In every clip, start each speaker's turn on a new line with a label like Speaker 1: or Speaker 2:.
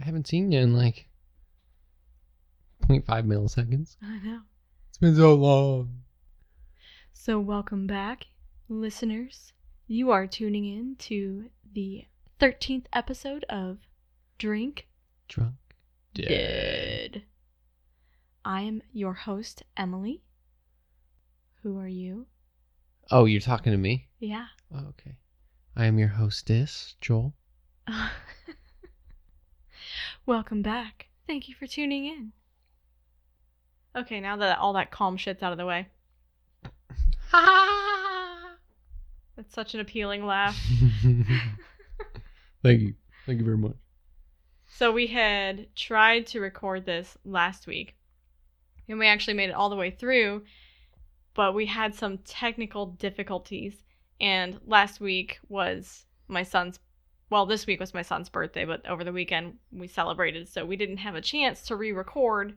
Speaker 1: haven't seen you in like 0.5 milliseconds.
Speaker 2: I know.
Speaker 1: It's been so long.
Speaker 2: So, welcome back, listeners. You are tuning in to the 13th episode of Drink
Speaker 1: Drunk.
Speaker 2: Dead. I am your host, Emily. Who are you?
Speaker 1: Oh, you're talking to me?
Speaker 2: Yeah.
Speaker 1: Oh, okay. I am your hostess, Joel.
Speaker 2: welcome back. Thank you for tuning in. Okay, now that all that calm shit's out of the way, that's such an appealing laugh.
Speaker 1: Thank you. Thank you very much.
Speaker 2: So we had tried to record this last week, and we actually made it all the way through, but we had some technical difficulties. And last week was my son's, well, this week was my son's birthday, but over the weekend we celebrated, so we didn't have a chance to re record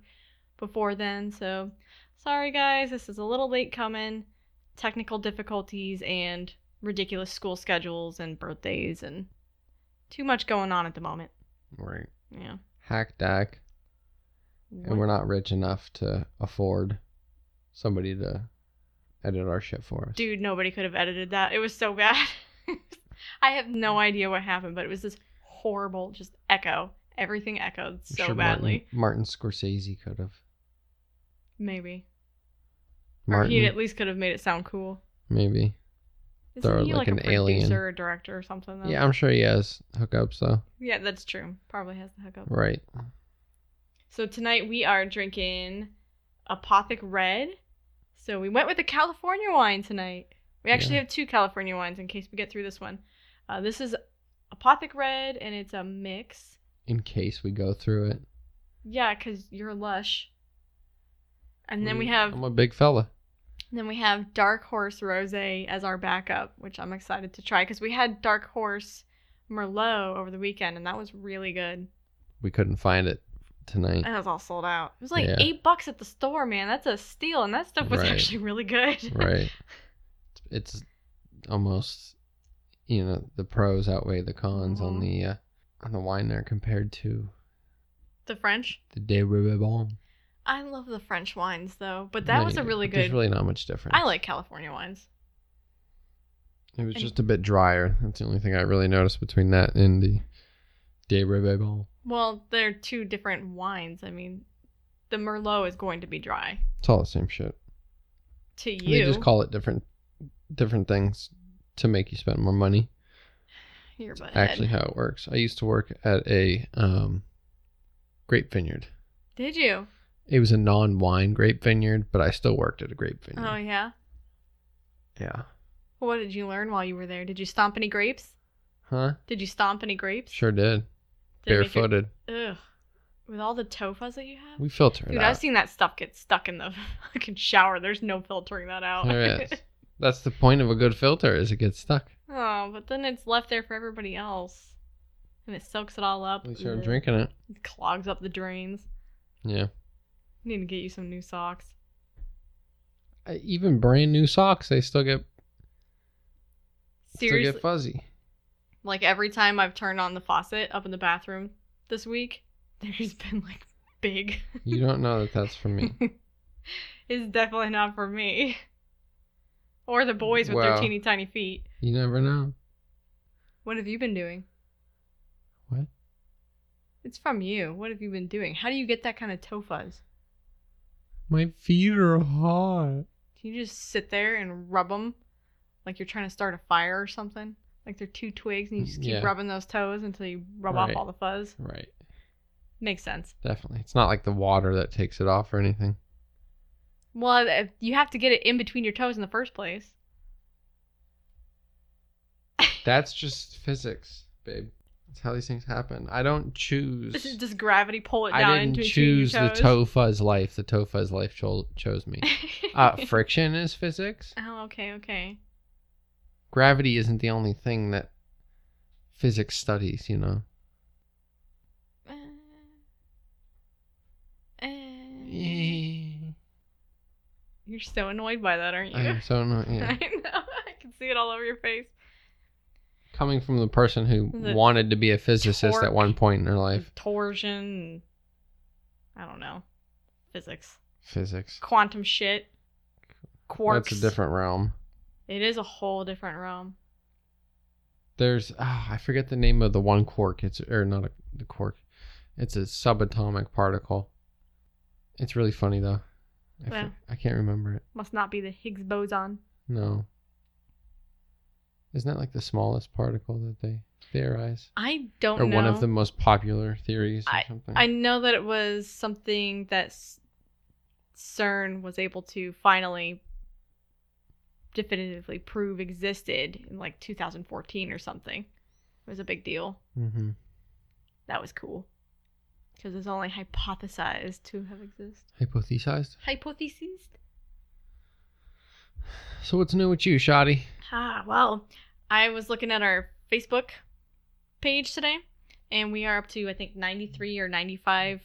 Speaker 2: before then. So sorry, guys, this is a little late coming. Technical difficulties and ridiculous school schedules and birthdays, and too much going on at the moment.
Speaker 1: Right.
Speaker 2: Yeah.
Speaker 1: Hack dack. And we're not rich enough to afford somebody to edit our shit for us.
Speaker 2: Dude, nobody could have edited that. It was so bad. I have no idea what happened, but it was this horrible, just echo. Everything echoed
Speaker 1: I'm
Speaker 2: so
Speaker 1: sure
Speaker 2: badly.
Speaker 1: Martin, Martin Scorsese could have.
Speaker 2: Maybe. Or he
Speaker 1: Martin,
Speaker 2: at least could have made it sound cool.
Speaker 1: maybe.
Speaker 2: Isn't
Speaker 1: Throw it
Speaker 2: he
Speaker 1: like an
Speaker 2: like, a
Speaker 1: alien.
Speaker 2: producer or director or something? Though?
Speaker 1: Yeah, I'm sure he has hookups though.
Speaker 2: Yeah, that's true. Probably has the hookup.
Speaker 1: Right.
Speaker 2: So tonight we are drinking Apothic Red. So we went with a California wine tonight. We actually
Speaker 1: Yeah.
Speaker 2: have two California wines in case we get through this one. Uh, this is Apothic Red, and it's a mix.
Speaker 1: In case we go through it.
Speaker 2: Yeah, because you're lush. And then we
Speaker 1: Mm,
Speaker 2: have
Speaker 1: I'm a big fella.
Speaker 2: then we have Dark Horse Rose as our backup, which I'm excited to try because we had Dark Horse Merlot over the weekend, and that was really good.
Speaker 1: We couldn't find it tonight.
Speaker 2: And it was all sold out. It was like
Speaker 1: Yeah.
Speaker 2: eight bucks at the store, man. That's a steal, and that stuff was
Speaker 1: Right.
Speaker 2: actually really good.
Speaker 1: right. It's almost you know, the pros outweigh the cons on
Speaker 2: Mhm.
Speaker 1: the uh, on the wine there compared to
Speaker 2: the French.
Speaker 1: the De Ribebon.
Speaker 2: I love the French wines though, but that was a really
Speaker 1: There's
Speaker 2: good.
Speaker 1: really not much difference.
Speaker 2: I like California wines.
Speaker 1: It was
Speaker 2: And-
Speaker 1: just a bit drier. That's the only thing I really noticed between that and the De Rebebon.
Speaker 2: Well, they're two different wines. I mean, the Merlot is going to be dry
Speaker 1: It's all the same shit.
Speaker 2: to you.
Speaker 1: They just call it different different things to make you spend more money.
Speaker 2: Your butt
Speaker 1: Actually, how it works. I used to work at a um, grape vineyard.
Speaker 2: Did you?
Speaker 1: It was a non-wine grape vineyard, but I still worked at a grape vineyard.
Speaker 2: Oh yeah.
Speaker 1: yeah.
Speaker 2: What did you learn while you were there? Did you stomp any grapes?
Speaker 1: Huh?
Speaker 2: Did you stomp any grapes?
Speaker 1: Sure did.
Speaker 2: Did it make your-
Speaker 1: Barefooted.
Speaker 2: Ugh. With all the tofas that you have.
Speaker 1: We filter it
Speaker 2: Dude, I've
Speaker 1: out.
Speaker 2: seen that stuff get stuck in the fucking shower. There's no filtering that out.
Speaker 1: There it is. That's the point of a good filter is it gets stuck.
Speaker 2: oh, but then it's left there for everybody else, and it soaks it all up.
Speaker 1: At least you're
Speaker 2: Ugh.
Speaker 1: drinking it.
Speaker 2: It clogs up the drains.
Speaker 1: Yeah.
Speaker 2: Need to get you some new socks.
Speaker 1: I, even brand new socks, they still get still
Speaker 2: Seriously,
Speaker 1: get fuzzy.
Speaker 2: like every time I've turned on the faucet up in the bathroom this week, there's been like big
Speaker 1: You don't know that that's for me.
Speaker 2: is definitely not for me. Or the boys with
Speaker 1: Well.
Speaker 2: their teeny tiny feet.
Speaker 1: You never know.
Speaker 2: What have you been doing?
Speaker 1: What?
Speaker 2: It's from you. What have you been doing? How do you get that kind of toe fuzz?
Speaker 1: My feet are hot.
Speaker 2: Do you just sit there and rub them like you're trying to start a fire or something? Like they're two twigs and you just keep
Speaker 1: Yeah.
Speaker 2: rubbing those toes until you rub
Speaker 1: Right.
Speaker 2: off all the fuzz?
Speaker 1: Right.
Speaker 2: Makes sense.
Speaker 1: Definitely. It's not like the water that takes it off or anything.
Speaker 2: Well, if- you have to get it in between your toes in the first place.
Speaker 1: That's just physics, babe. That's how these things happen. I don't choose.
Speaker 2: Does gravity pull it down
Speaker 1: I didn't
Speaker 2: into
Speaker 1: choose
Speaker 2: your
Speaker 1: the
Speaker 2: toes?
Speaker 1: toe fuzz life. The toe fuzz life cho- chose me. Uh, friction is physics.
Speaker 2: oh, okay, okay.
Speaker 1: Gravity isn't the only thing that physics studies. You know.
Speaker 2: Uh, uh,
Speaker 1: I
Speaker 2: You're so annoyed by that, aren't you?
Speaker 1: am so annoying.
Speaker 2: I know. I can see it all over your face.
Speaker 1: coming from the person who
Speaker 2: The
Speaker 1: wanted to be a physicist at
Speaker 2: torque.
Speaker 1: one point in their life.
Speaker 2: torsion. I don't know. Physics.
Speaker 1: Physics.
Speaker 2: Quantum shit. Quarks.
Speaker 1: That's a different realm.
Speaker 2: It is a whole different realm.
Speaker 1: There's ah, I forget the name of the one quark. It's or not a the quark. It's a subatomic particle. It's really funny though. I,
Speaker 2: Yeah.
Speaker 1: f- I can't remember it.
Speaker 2: Must not be the Higgs boson.
Speaker 1: No. Isn't that like the smallest particle that they theorize?
Speaker 2: I don't
Speaker 1: Or
Speaker 2: know.
Speaker 1: one of the most popular theories or something?
Speaker 2: I know that it was something that S- CERN was able to finally definitively prove existed in like 2014 or something. It was a big deal.
Speaker 1: mm-hmm.
Speaker 2: That was cool. Because it's only hypothesized to have existed.
Speaker 1: Hypothesized.
Speaker 2: Hypotheses?
Speaker 1: So what's new with you, Shoddy?
Speaker 2: Ah, well, I was looking at our Facebook page today, and we are up to I think 93 or 95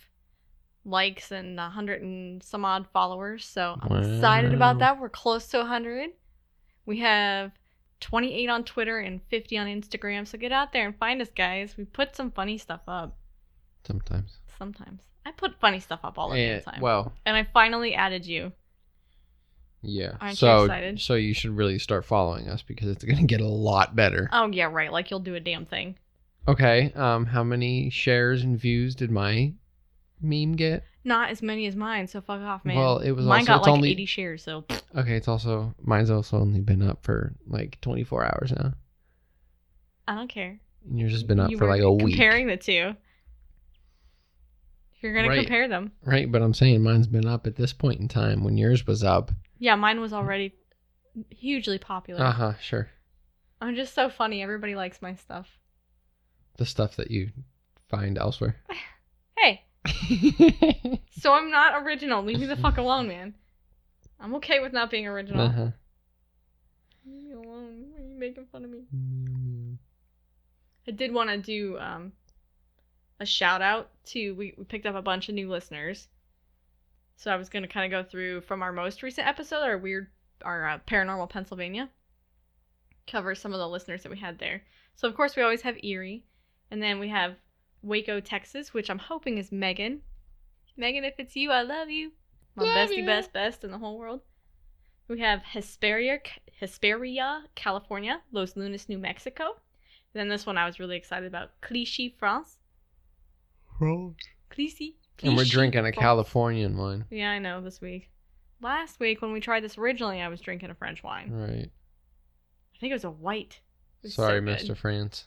Speaker 2: likes and 100 and some odd followers. So I'm excited about
Speaker 1: Wow.
Speaker 2: that. We're close to 100. We have 28 on Twitter and 50 on Instagram. So get out there and find us, guys. We put some funny stuff up
Speaker 1: Sometimes.
Speaker 2: sometimes. I put funny stuff up all the
Speaker 1: Eh,
Speaker 2: damn time.
Speaker 1: Well,
Speaker 2: and I finally added you.
Speaker 1: yeah.
Speaker 2: Aren't you
Speaker 1: so,
Speaker 2: excited?
Speaker 1: so you should really start following us because it's going to get a lot better.
Speaker 2: Oh yeah, right. Like you'll do a damn thing.
Speaker 1: Okay. Um, how many shares and views did my meme get?
Speaker 2: Not as many as mine, so fuck off, man.
Speaker 1: Well, it was
Speaker 2: mine
Speaker 1: also-
Speaker 2: got
Speaker 1: it's
Speaker 2: like
Speaker 1: only-
Speaker 2: 80 shares, so
Speaker 1: Okay, it's also mine's also only been up for like 24 hours now.
Speaker 2: I don't care.
Speaker 1: And yours has been up
Speaker 2: You
Speaker 1: for
Speaker 2: were
Speaker 1: like a week.
Speaker 2: comparing the two. If you're gonna
Speaker 1: Right.
Speaker 2: compare them,
Speaker 1: Right, but I'm saying mine's been up at this point in time when yours was up.
Speaker 2: yeah, mine was already hugely popular.
Speaker 1: Uh-huh, sure.
Speaker 2: I'm just so funny. Everybody likes my stuff.
Speaker 1: The stuff that you find elsewhere. Uh-huh.
Speaker 2: Hey, so I'm not original. Leave me the fuck alone, man. I'm okay with not being original.
Speaker 1: uh-huh.
Speaker 2: Leave me alone. Why are you making fun of me? I did want to do um, a shout out to we, we picked up a bunch of new listeners, so I was gonna kind of go through from our most recent episode, our weird, our uh, paranormal Pennsylvania, cover some of the listeners that we had there. So of course we always have Erie, and then we have Waco, Texas, which I'm hoping is Megan. Megan, if it's you, I love you, my
Speaker 1: Love
Speaker 2: bestie,
Speaker 1: you.
Speaker 2: best, best in the whole world. We have Hesperia, Hesperia, California, Los Lunas, New Mexico. Then this one I was really excited about, Clichy, France. Clichy.
Speaker 1: And we're
Speaker 2: Clichy,
Speaker 1: drinking a
Speaker 2: France.
Speaker 1: Californian wine.
Speaker 2: Yeah, I know. This week, last week when we tried this originally, I was drinking a French wine.
Speaker 1: Right.
Speaker 2: I think it was a white. It was so
Speaker 1: Sorry,
Speaker 2: good.
Speaker 1: Mr. France.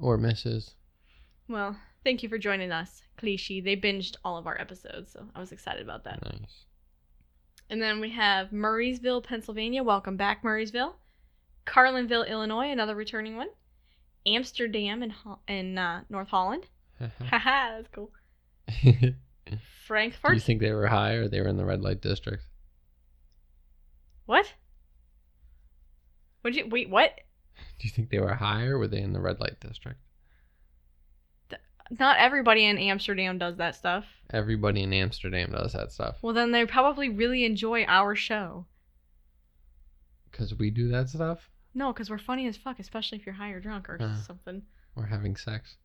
Speaker 1: Or Mrs.
Speaker 2: Well, thank you for joining us, Clichy. They binged all of our episodes, so I was excited about that.
Speaker 1: Nice.
Speaker 2: And then we have Murraysville, Pennsylvania. Welcome back, Murraysville. Carlinville, Illinois, another returning one. Amsterdam in Ho- in uh, North Holland.
Speaker 1: Mm.
Speaker 2: Haha, that's cool.
Speaker 1: Do
Speaker 2: Frankfurt.
Speaker 1: you think they were high or they were in the red light district?
Speaker 2: what? Would you wait? What?
Speaker 1: Do you think they were high or were they in the red light district?
Speaker 2: Not everybody in Amsterdam does that stuff.
Speaker 1: Everybody in Amsterdam does that stuff
Speaker 2: Well, then they probably really enjoy our show.
Speaker 1: because we do that stuff.
Speaker 2: No, because we're funny as fuck, especially if you're high or drunk or
Speaker 1: Uh.
Speaker 2: something.
Speaker 1: We're having sex.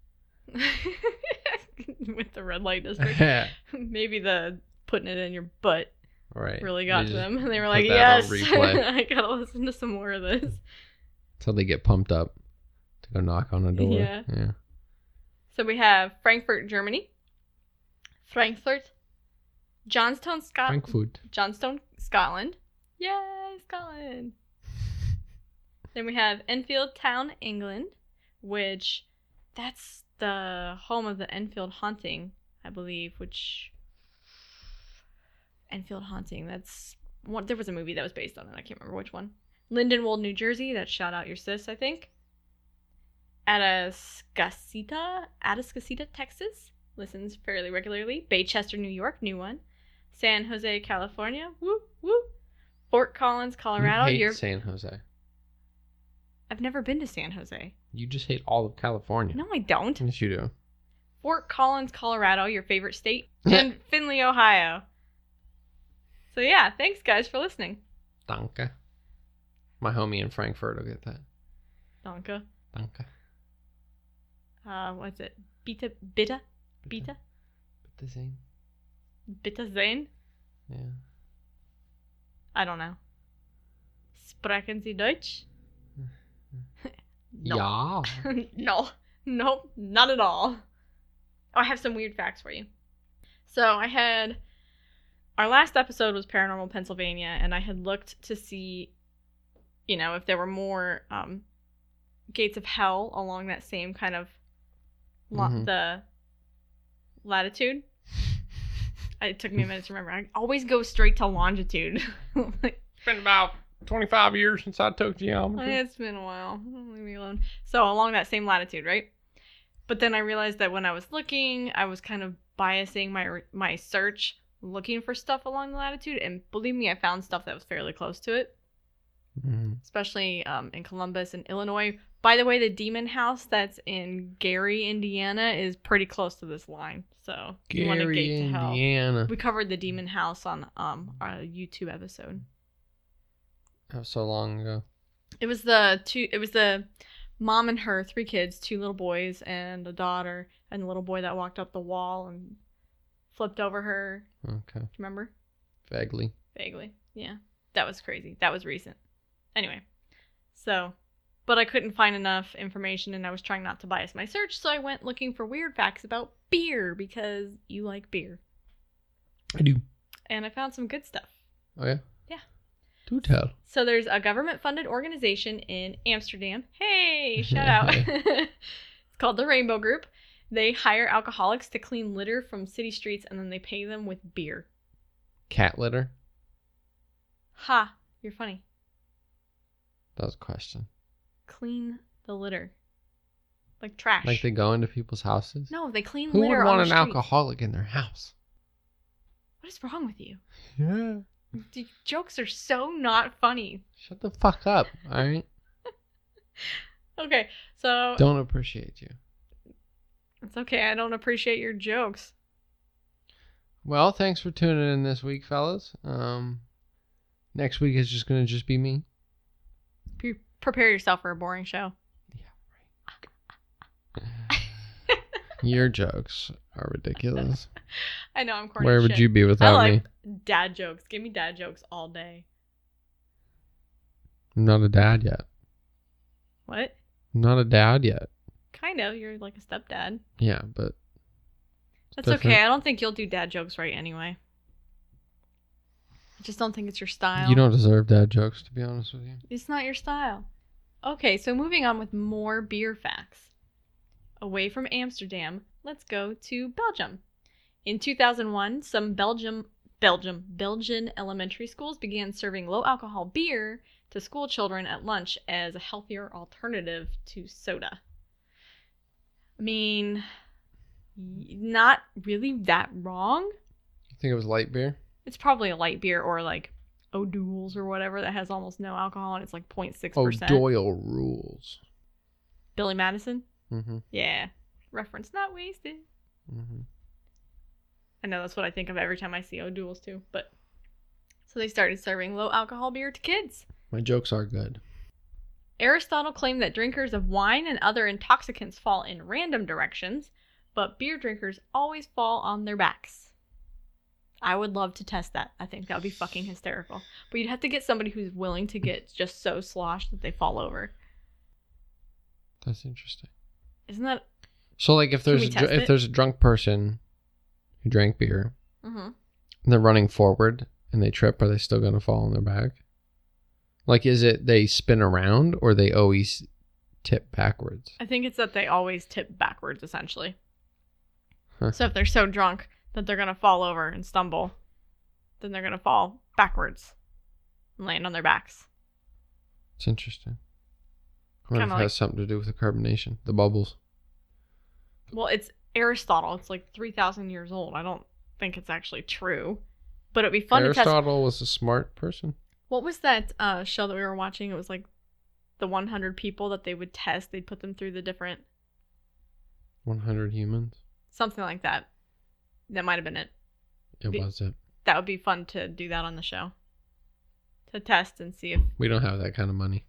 Speaker 2: With the red light district.
Speaker 1: right.
Speaker 2: Maybe the putting it in your butt really got
Speaker 1: They just-
Speaker 2: to them. And they were
Speaker 1: put
Speaker 2: like,
Speaker 1: that
Speaker 2: yes,
Speaker 1: on replay.
Speaker 2: I gotta listen to some more of this.
Speaker 1: Till they get pumped up to go knock on a door.
Speaker 2: Yeah.
Speaker 1: yeah.
Speaker 2: So we have Frankfurt, Germany. Frankfurt. Johnstone, Scotland.
Speaker 1: Frankfurt.
Speaker 2: Johnstone, Scotland. Yay, Scotland. Then we have Enfield Town, England, which that's the home of the Enfield Haunting, I believe, which Enfield Haunting, that's one there was a movie that was based on it. I can't remember which one. Lindenwold, New Jersey, that's shout out your sis, I think. Atascocita, Atascocita, Texas, listens fairly regularly. Baychester, New York, new one. San Jose, California, whoop whoop. Fort Collins, Colorado.
Speaker 1: You hate
Speaker 2: You're,
Speaker 1: San Jose.
Speaker 2: I've never been to San Jose.
Speaker 1: You just hate all of California.
Speaker 2: No, I don't.
Speaker 1: Yes, you do.
Speaker 2: Fort Collins, Colorado, your favorite state, and Findlay, Ohio. So yeah, thanks guys for listening.
Speaker 1: Danke. My homie in Frankfurt will get that.
Speaker 2: Donka.
Speaker 1: Danke.
Speaker 2: Uh, what's it? Beta, beta, beta,
Speaker 1: Bitte sehen.
Speaker 2: beta Zane?
Speaker 1: Yeah.
Speaker 2: I don't know. Sprechen Sie Deutsch? No.
Speaker 1: Yeah.
Speaker 2: no, nope, not at all. Oh, I have some weird facts for you. So I had our last episode was Paranormal Pennsylvania, and I had looked to see, you know, if there were more um, gates of hell along that same kind of lo-
Speaker 1: Mhm.
Speaker 2: the latitude. It took me a minute to remember. I always go straight to longitude. Like,
Speaker 1: It's been about 25 years since I took geometry.
Speaker 2: It's been a while. Leave me alone. So along that same latitude, right? But then I realized that when I was looking, I was kind of biasing my my search, looking for stuff along the latitude, and believe me, I found stuff that was fairly close to it,
Speaker 1: Mhm.
Speaker 2: especially um, in Columbus and Illinois. By the way, the demon house that's in Gary, Indiana, is pretty close to this line. So if you want to
Speaker 1: Gary,
Speaker 2: gate to hell?
Speaker 1: Indiana.
Speaker 2: We covered the demon house on um our YouTube episode.
Speaker 1: That was so long ago.
Speaker 2: It was the two. It was the mom and her three kids, two little boys and a daughter, and the little boy that walked up the wall and flipped over her.
Speaker 1: Okay.
Speaker 2: Remember?
Speaker 1: Vaguely.
Speaker 2: Vaguely. Yeah. That was crazy. That was recent. Anyway, so, but I couldn't find enough information, and I was trying not to bias my search, so I went looking for weird facts about beer because you like beer,
Speaker 1: I do.
Speaker 2: and I found some good stuff.
Speaker 1: Oh, yeah?
Speaker 2: Yeah.
Speaker 1: Do tell.
Speaker 2: So there's a government-funded organization in Amsterdam. Hey, shout out. it's called the Rainbow Group. They hire alcoholics to clean litter from city streets and then they pay them with beer.
Speaker 1: Cat litter?
Speaker 2: Ha, you're funny.
Speaker 1: That was a question.
Speaker 2: Clean the litter. Like trash.
Speaker 1: Like they go into people's houses?
Speaker 2: No, they clean
Speaker 1: Who would
Speaker 2: litter
Speaker 1: want
Speaker 2: on the
Speaker 1: an
Speaker 2: street.
Speaker 1: alcoholic in their house?
Speaker 2: What is wrong with you?
Speaker 1: Yeah.
Speaker 2: The jokes are so not funny.
Speaker 1: Shut the fuck up. All right.
Speaker 2: Okay, so
Speaker 1: Don't appreciate you.
Speaker 2: it's okay. I don't appreciate your jokes.
Speaker 1: Well, thanks for tuning in this week, fellas. Um, next week is just gonna just be me.
Speaker 2: Pre- prepare yourself for a boring show.
Speaker 1: Your jokes are ridiculous.
Speaker 2: I know I'm corny.
Speaker 1: Where
Speaker 2: as
Speaker 1: would
Speaker 2: shit.
Speaker 1: you be
Speaker 2: I
Speaker 1: without me?
Speaker 2: like dad jokes. Give me dad jokes all day.
Speaker 1: I'm not a dad yet.
Speaker 2: What?
Speaker 1: I'm not a dad yet.
Speaker 2: Kind of. You're like a stepdad.
Speaker 1: Yeah, but
Speaker 2: That's
Speaker 1: Different.
Speaker 2: okay. I don't think you'll do dad jokes right anyway. I just don't think it's your style.
Speaker 1: you don't deserve dad jokes, to be honest with you.
Speaker 2: It's not your style. Okay, so moving on with more beer facts. Away from Amsterdam, let's go to Belgium. In 2001, some Belgium Belgium Belgian elementary schools began serving low alcohol beer to school children at lunch as a healthier alternative to soda. I mean, y- not really that wrong.
Speaker 1: You think it was light beer?
Speaker 2: It's probably a light beer or like O'Doul's or whatever that has almost no alcohol and it's like 0.6%.
Speaker 1: Oh, Doyle rules.
Speaker 2: Billy Madison?
Speaker 1: Mm-hmm.
Speaker 2: Yeah. Reference not wasted.
Speaker 1: mm-hmm.
Speaker 2: I know that's what I think of every time I see O'Doul's too, but. So they started serving low alcohol beer to kids.
Speaker 1: My jokes are good.
Speaker 2: Aristotle claimed that drinkers of wine and other intoxicants fall in random directions, but beer drinkers always fall on their backs. I would love to test that. I think that would be fucking hysterical. But you'd have to get somebody who's willing to get just so sloshed that they fall over.
Speaker 1: That's interesting.
Speaker 2: Isn't that?
Speaker 1: So, like, if
Speaker 2: Can we
Speaker 1: there's a,
Speaker 2: test
Speaker 1: dr- if
Speaker 2: it?
Speaker 1: there's a drunk person who drank beer,
Speaker 2: hmm
Speaker 1: and they're running forward and they trip, are they still going to fall on their back? Like, is it they spin around or they always tip backwards?
Speaker 2: I think it's that they always tip backwards, essentially.
Speaker 1: Huh.
Speaker 2: So if they're so drunk that they're gonna fall over and stumble, then they're gonna fall backwards and land on their backs.
Speaker 1: It's interesting. I wonder if
Speaker 2: Kinda
Speaker 1: it has something to do with the carbonation, the bubbles.
Speaker 2: Well, it's Aristotle. It's like three thousand years old. I don't think it's actually true, but it'd be fun to test.
Speaker 1: Aristotle was a smart person.
Speaker 2: What was that uh, show that we were watching? It was like the one hundred people that they would test. They'd put them through the different
Speaker 1: 100 humans.
Speaker 2: something like that. That might have been it.
Speaker 1: It
Speaker 2: Be-
Speaker 1: was it.
Speaker 2: That would be fun to do that on the show. To test and see if
Speaker 1: We don't have that kind of money.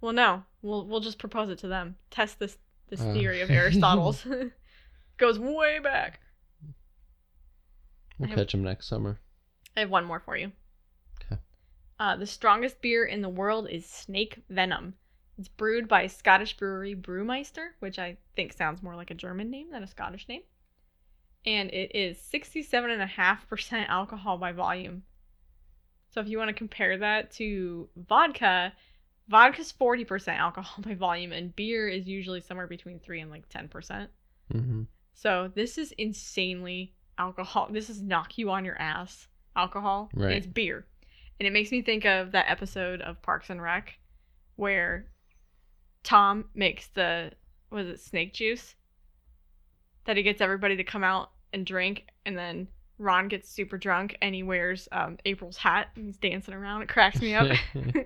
Speaker 2: Well, no, we'll we'll just propose it to them. Test this this theory of Aristotle's. Goes way back.
Speaker 1: We'll
Speaker 2: I-
Speaker 1: catch him next summer.
Speaker 2: I have one more for you.
Speaker 1: Okay.
Speaker 2: Uh, the strongest beer in the world is Snake Venom. It's brewed by Scottish brewery Brewmeister, which I think sounds more like a German name than a Scottish name. And it is 67.5% alcohol by volume. So if you want to compare that to vodka, vodka's 40% alcohol by volume, and beer is usually somewhere between 3 and like 10%.
Speaker 1: Mm-hmm.
Speaker 2: So this is insanely alcohol. This is knock you on your ass alcohol. and
Speaker 1: Right.
Speaker 2: It's beer, and it makes me think of that episode of Parks and Rec where Tom makes the was it snake juice that he gets everybody to come out and drink, and then Ron gets super drunk and he wears um, April's hat and he's dancing around. It cracks me up.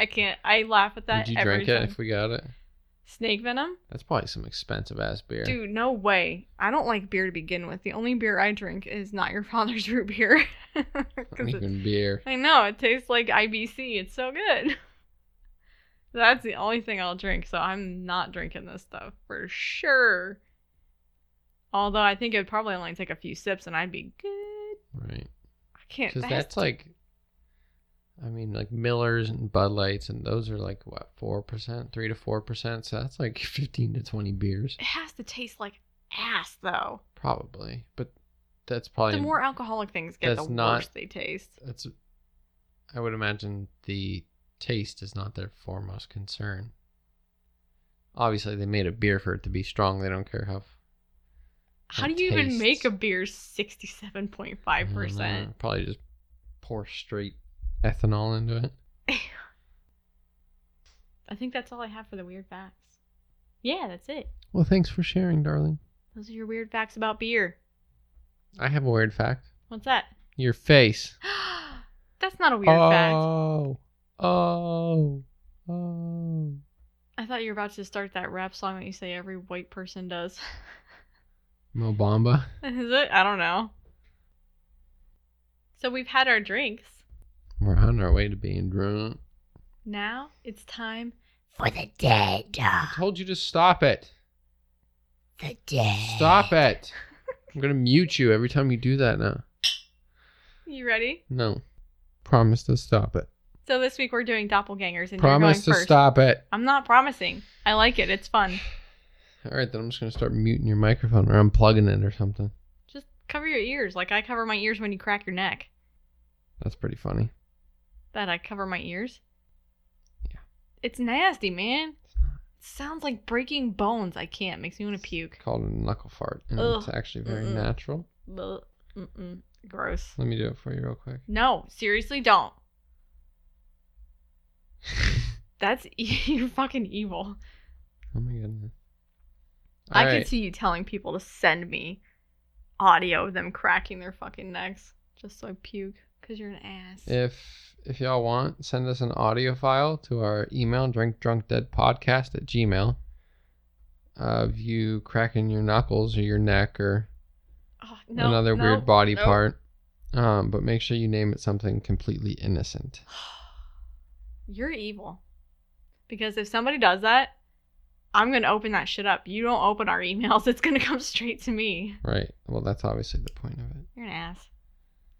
Speaker 2: I can't. I laugh at that
Speaker 1: Would you
Speaker 2: every
Speaker 1: drink it
Speaker 2: time.
Speaker 1: if we got it?
Speaker 2: Snake venom.
Speaker 1: That's probably some expensive ass beer.
Speaker 2: Dude, no way. I don't like beer to begin with. The only beer I drink is not your father's root beer. 'Cause
Speaker 1: Not
Speaker 2: it-
Speaker 1: even beer.
Speaker 2: I know, it tastes like IBC. It's so good. That's the only thing I'll drink, so I'm not drinking this stuff for sure. Although I think it would probably only take a few sips and I'd be good.
Speaker 1: Right.
Speaker 2: I can't.
Speaker 1: Because
Speaker 2: that has
Speaker 1: that's
Speaker 2: to-
Speaker 1: like, I mean, like Miller's and Bud Lights, and those are like what four percent, three to four percent. So that's like fifteen to twenty beers,
Speaker 2: It has to taste like ass, though.
Speaker 1: probably. But that's probably
Speaker 2: The more alcoholic things get, the
Speaker 1: That's not-
Speaker 2: worse they taste.
Speaker 1: that's. I would imagine the taste is not their foremost concern. Obviously, they made a beer for it to be strong. They don't care how.
Speaker 2: How do
Speaker 1: it
Speaker 2: you even make
Speaker 1: tastes.
Speaker 2: a beer 67.5%?
Speaker 1: I don't know, Probably just pour straight ethanol into it.
Speaker 2: I think that's all I have for the weird facts. Yeah, that's it.
Speaker 1: Well, thanks for sharing, darling.
Speaker 2: Those are your weird facts about beer.
Speaker 1: I have a weird fact.
Speaker 2: What's that?
Speaker 1: Your face.
Speaker 2: that's not a weird fact.
Speaker 1: oh, oh, oh.
Speaker 2: I thought you were about to start that rap song that you say every white person does.
Speaker 1: Mobamba.
Speaker 2: Is it? I don't know. So we've had our drinks.
Speaker 1: We're on our way to being drunk.
Speaker 2: Now it's time.
Speaker 3: for the dead.
Speaker 1: I told you to stop it.
Speaker 3: The dead.
Speaker 1: Stop it. I'm gonna mute you every time you do that now.
Speaker 2: You ready?
Speaker 1: No. Promise to stop it.
Speaker 2: So this week we're doing doppelgangers and
Speaker 1: Promise to
Speaker 2: you're going first.
Speaker 1: stop it.
Speaker 2: I'm not promising. I like it. It's fun.
Speaker 1: All right, then I'm just gonna start muting your microphone or unplugging it or something.
Speaker 2: Just cover your ears like I cover my ears when you crack your neck.
Speaker 1: That's pretty funny.
Speaker 2: that I cover my ears.
Speaker 1: Yeah.
Speaker 2: It's nasty, man.
Speaker 1: It's not.
Speaker 2: It sounds like breaking bones. I can't. Makes me want to puke.
Speaker 1: It's called a knuckle fart, and
Speaker 2: Ugh.
Speaker 1: it's actually very
Speaker 2: Mm-mm.
Speaker 1: natural.
Speaker 2: Bleh. Mm-mm. Gross.
Speaker 1: Let me do it for you real quick.
Speaker 2: No, seriously, don't. That's e- you're fucking evil.
Speaker 1: Oh my goodness.
Speaker 2: I
Speaker 1: All
Speaker 2: could
Speaker 1: right.
Speaker 2: see you telling people to send me audio of them cracking their fucking necks just so I puke because you're an ass.
Speaker 1: If if y'all want, send us an audio file to our email drinkdrunkdeadpodcast at gmail of you cracking your knuckles or your neck or
Speaker 2: Oh, no,
Speaker 1: another
Speaker 2: no,
Speaker 1: weird body
Speaker 2: no.
Speaker 1: part. Um, but make sure you name it something completely innocent.
Speaker 2: You're evil. Because if somebody does that, I'm going to open that shit up. You don't open our emails, it's going to come straight to me.
Speaker 1: Right. Well, that's obviously the point of it.
Speaker 2: You're an ass.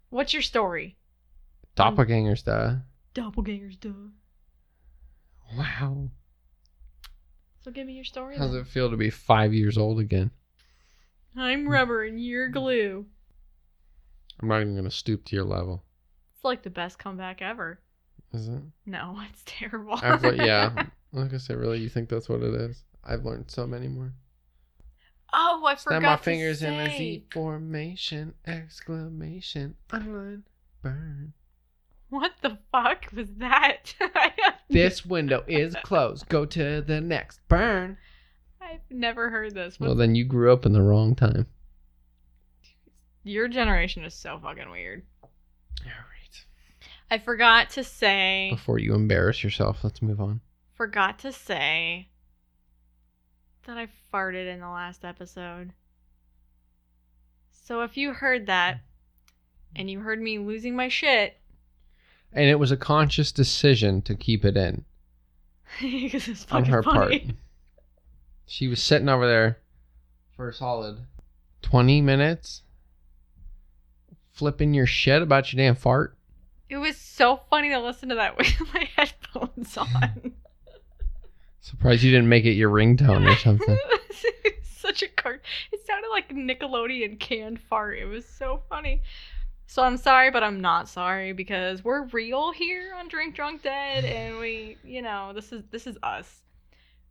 Speaker 2: What's your story?
Speaker 1: Hmm. Doppelgangers, duh.
Speaker 2: Doppelgangers, duh.
Speaker 1: Wow.
Speaker 2: So give me your story.
Speaker 1: How's
Speaker 2: then.
Speaker 1: it feel to be five years old again?
Speaker 2: I'm rubber and you're
Speaker 1: Mm.
Speaker 2: glue.
Speaker 1: I'm not even gonna stoop to your level.
Speaker 2: It's like the best comeback ever.
Speaker 1: Is it?
Speaker 2: No, it's terrible.
Speaker 1: I've le- yeah. Like I said, really, you think that's what it is? I've learned so many more.
Speaker 2: Oh, I forgot.
Speaker 1: Snap my
Speaker 2: to
Speaker 1: fingers in a
Speaker 2: say.
Speaker 1: Z formation! Exclamation! Online burn.
Speaker 2: What the fuck was that? I have,
Speaker 1: This window is closed. Go to the next burn.
Speaker 2: I've never heard this.
Speaker 1: Well,
Speaker 2: What-
Speaker 1: then you grew up in the wrong time.
Speaker 2: your generation is so fucking weird.
Speaker 1: All right.
Speaker 2: I forgot to say.
Speaker 1: Before you embarrass yourself, let's move on.
Speaker 2: forgot to say that I farted in the last episode. So if you heard that
Speaker 1: Mm-hmm.
Speaker 2: and you heard me losing my shit,
Speaker 1: And it was a conscious decision to keep it in.
Speaker 2: because it's
Speaker 1: on
Speaker 2: fucking
Speaker 1: her part.
Speaker 2: funny.
Speaker 1: She was sitting over there for a solid 20 minutes flipping your shit about your damn fart.
Speaker 2: It was so funny to listen to that with my headphones on.
Speaker 1: Surprised you didn't make it your ringtone or something.
Speaker 2: It was- it was Such a card. It sounded like Nickelodeon canned fart. It was so funny. So I'm sorry, but I'm not sorry because we're real here on Drink Drunk Dead, and we, you know, this is this is us.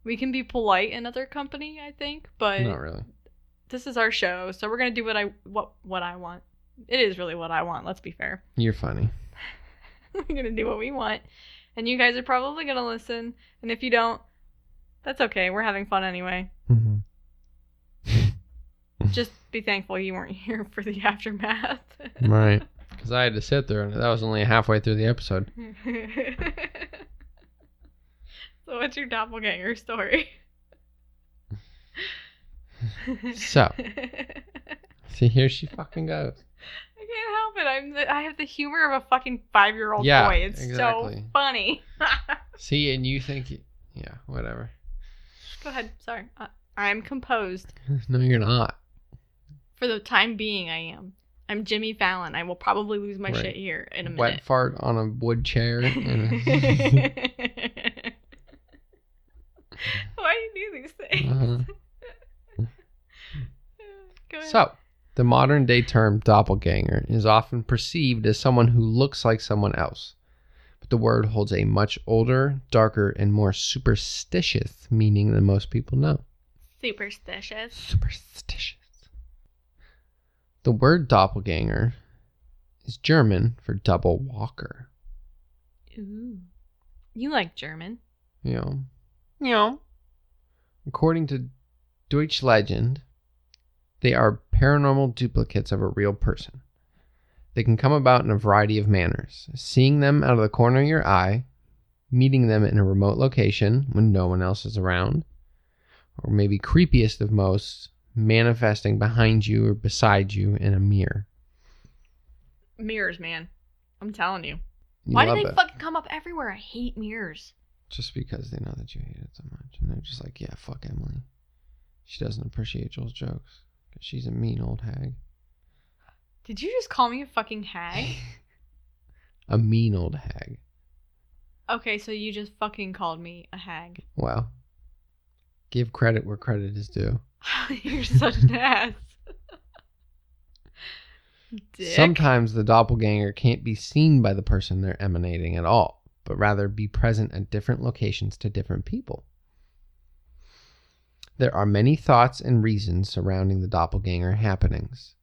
Speaker 2: We can be polite in other company, I think, but
Speaker 1: Not really.
Speaker 2: this is our show, so we're gonna do what I what what I want. It is really what I want. Let's be fair.
Speaker 1: You're funny.
Speaker 2: we're gonna do what we want and you guys are probably gonna listen and if you don't that's okay we're having fun anyway
Speaker 1: hmm
Speaker 2: just be thankful you weren't here for the aftermath
Speaker 1: Right. Because I had to sit there, and that was only halfway through the episode.
Speaker 2: so what's your doppelganger story
Speaker 1: So.
Speaker 2: i can't
Speaker 1: See, here she fucking goes.
Speaker 2: help it i'm the, i have the humor of a fucking five-year-old
Speaker 1: Yeah,
Speaker 2: boy it's so
Speaker 1: exactly.
Speaker 2: funny
Speaker 1: See, and you think, y- yeah, whatever.
Speaker 2: go ahead sorry I, i'm composed
Speaker 1: no, you're not.
Speaker 2: For the time being, I am. I'm Jimmy Fallon. I will probably lose my
Speaker 1: Right.
Speaker 2: shit here in a minute.
Speaker 1: Wet fart on a wood chair. And
Speaker 2: Why do you do these things? Go ahead.
Speaker 1: So, the modern day term doppelganger is often perceived as someone who looks like someone else, but the word holds a much older, darker, and more superstitious meaning than most people know.
Speaker 2: superstitious.
Speaker 1: Superstitious. The word doppelganger is German for double walker.
Speaker 2: Ooh. You like German?
Speaker 1: You know. You know. According to Deutsch legend, they are paranormal duplicates of a real person. They can come about in a variety of manners seeing them out of the corner of your eye, meeting them in a remote location when no one else is around, or maybe creepiest of most, manifesting behind you or beside you in a mirror.
Speaker 2: Mirrors, man. I'm telling you.
Speaker 1: You
Speaker 2: Why
Speaker 1: love
Speaker 2: do they
Speaker 1: it
Speaker 2: fucking come up everywhere? I hate mirrors.
Speaker 1: just because they know that you hate it so much. And they're just like, yeah, fuck Emily. She doesn't appreciate Joel's jokes. 'cause she's a mean old hag.
Speaker 2: Did you just call me a fucking hag?
Speaker 1: a mean old hag.
Speaker 2: okay, so you just fucking called me a hag.
Speaker 1: Wow. Give credit where credit is due.
Speaker 2: You're such an ass. Dick.
Speaker 1: Sometimes the doppelganger can't be seen by the person they're emanating at all, but rather be present at different locations to different people. There are many thoughts and reasons surrounding the doppelganger happenings.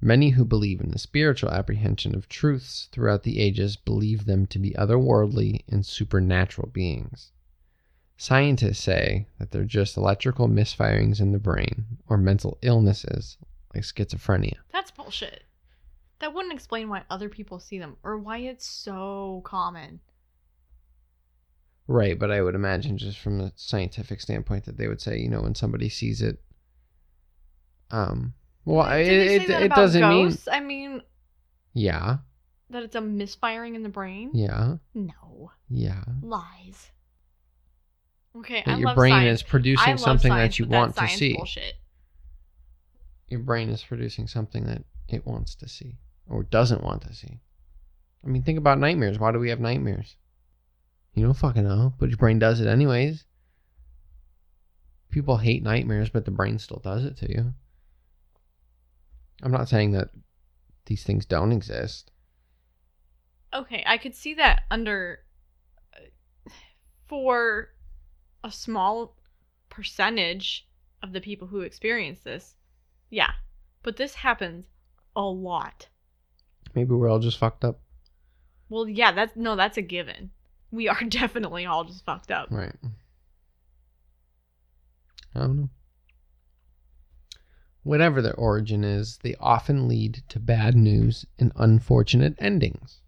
Speaker 1: Many who believe in the spiritual apprehension of truths throughout the ages believe them to be otherworldly and supernatural beings. Scientists say that they're just electrical misfirings in the brain or mental illnesses like schizophrenia.
Speaker 2: That's bullshit. That wouldn't explain why other people see them or why it's so common.
Speaker 1: Right, but I would imagine just from a scientific standpoint that they would say, you know, when somebody sees it, um, well, it,
Speaker 2: Did they
Speaker 1: it,
Speaker 2: say
Speaker 1: it,
Speaker 2: that about
Speaker 1: doesn't mean,
Speaker 2: ghosts? I mean,
Speaker 1: yeah,
Speaker 2: that it's a misfiring in the brain?
Speaker 1: yeah,
Speaker 2: No.
Speaker 1: yeah.
Speaker 2: Lies. Okay, I
Speaker 1: That your
Speaker 2: love
Speaker 1: brain
Speaker 2: science.
Speaker 1: is
Speaker 2: I
Speaker 1: producing
Speaker 2: love
Speaker 1: something
Speaker 2: science,
Speaker 1: that you
Speaker 2: but that's
Speaker 1: want to
Speaker 2: science
Speaker 1: see.
Speaker 2: Bullshit.
Speaker 1: Your brain is producing something that it wants to see or doesn't want to see. I mean, think about nightmares. Why do we have nightmares? You don't fucking know, but your brain does it anyways. People hate nightmares, but the brain still does it to you. I'm not saying that these things don't exist.
Speaker 2: Okay, I could see that under uh, for a small percentage of the people who experience this. Yeah. But this happens a lot.
Speaker 1: Maybe we're all just fucked up.
Speaker 2: Well, yeah, that's no, that's a given. We are definitely all just fucked up.
Speaker 1: Right. I don't know. Whatever their origin is, they often lead to bad news and unfortunate endings.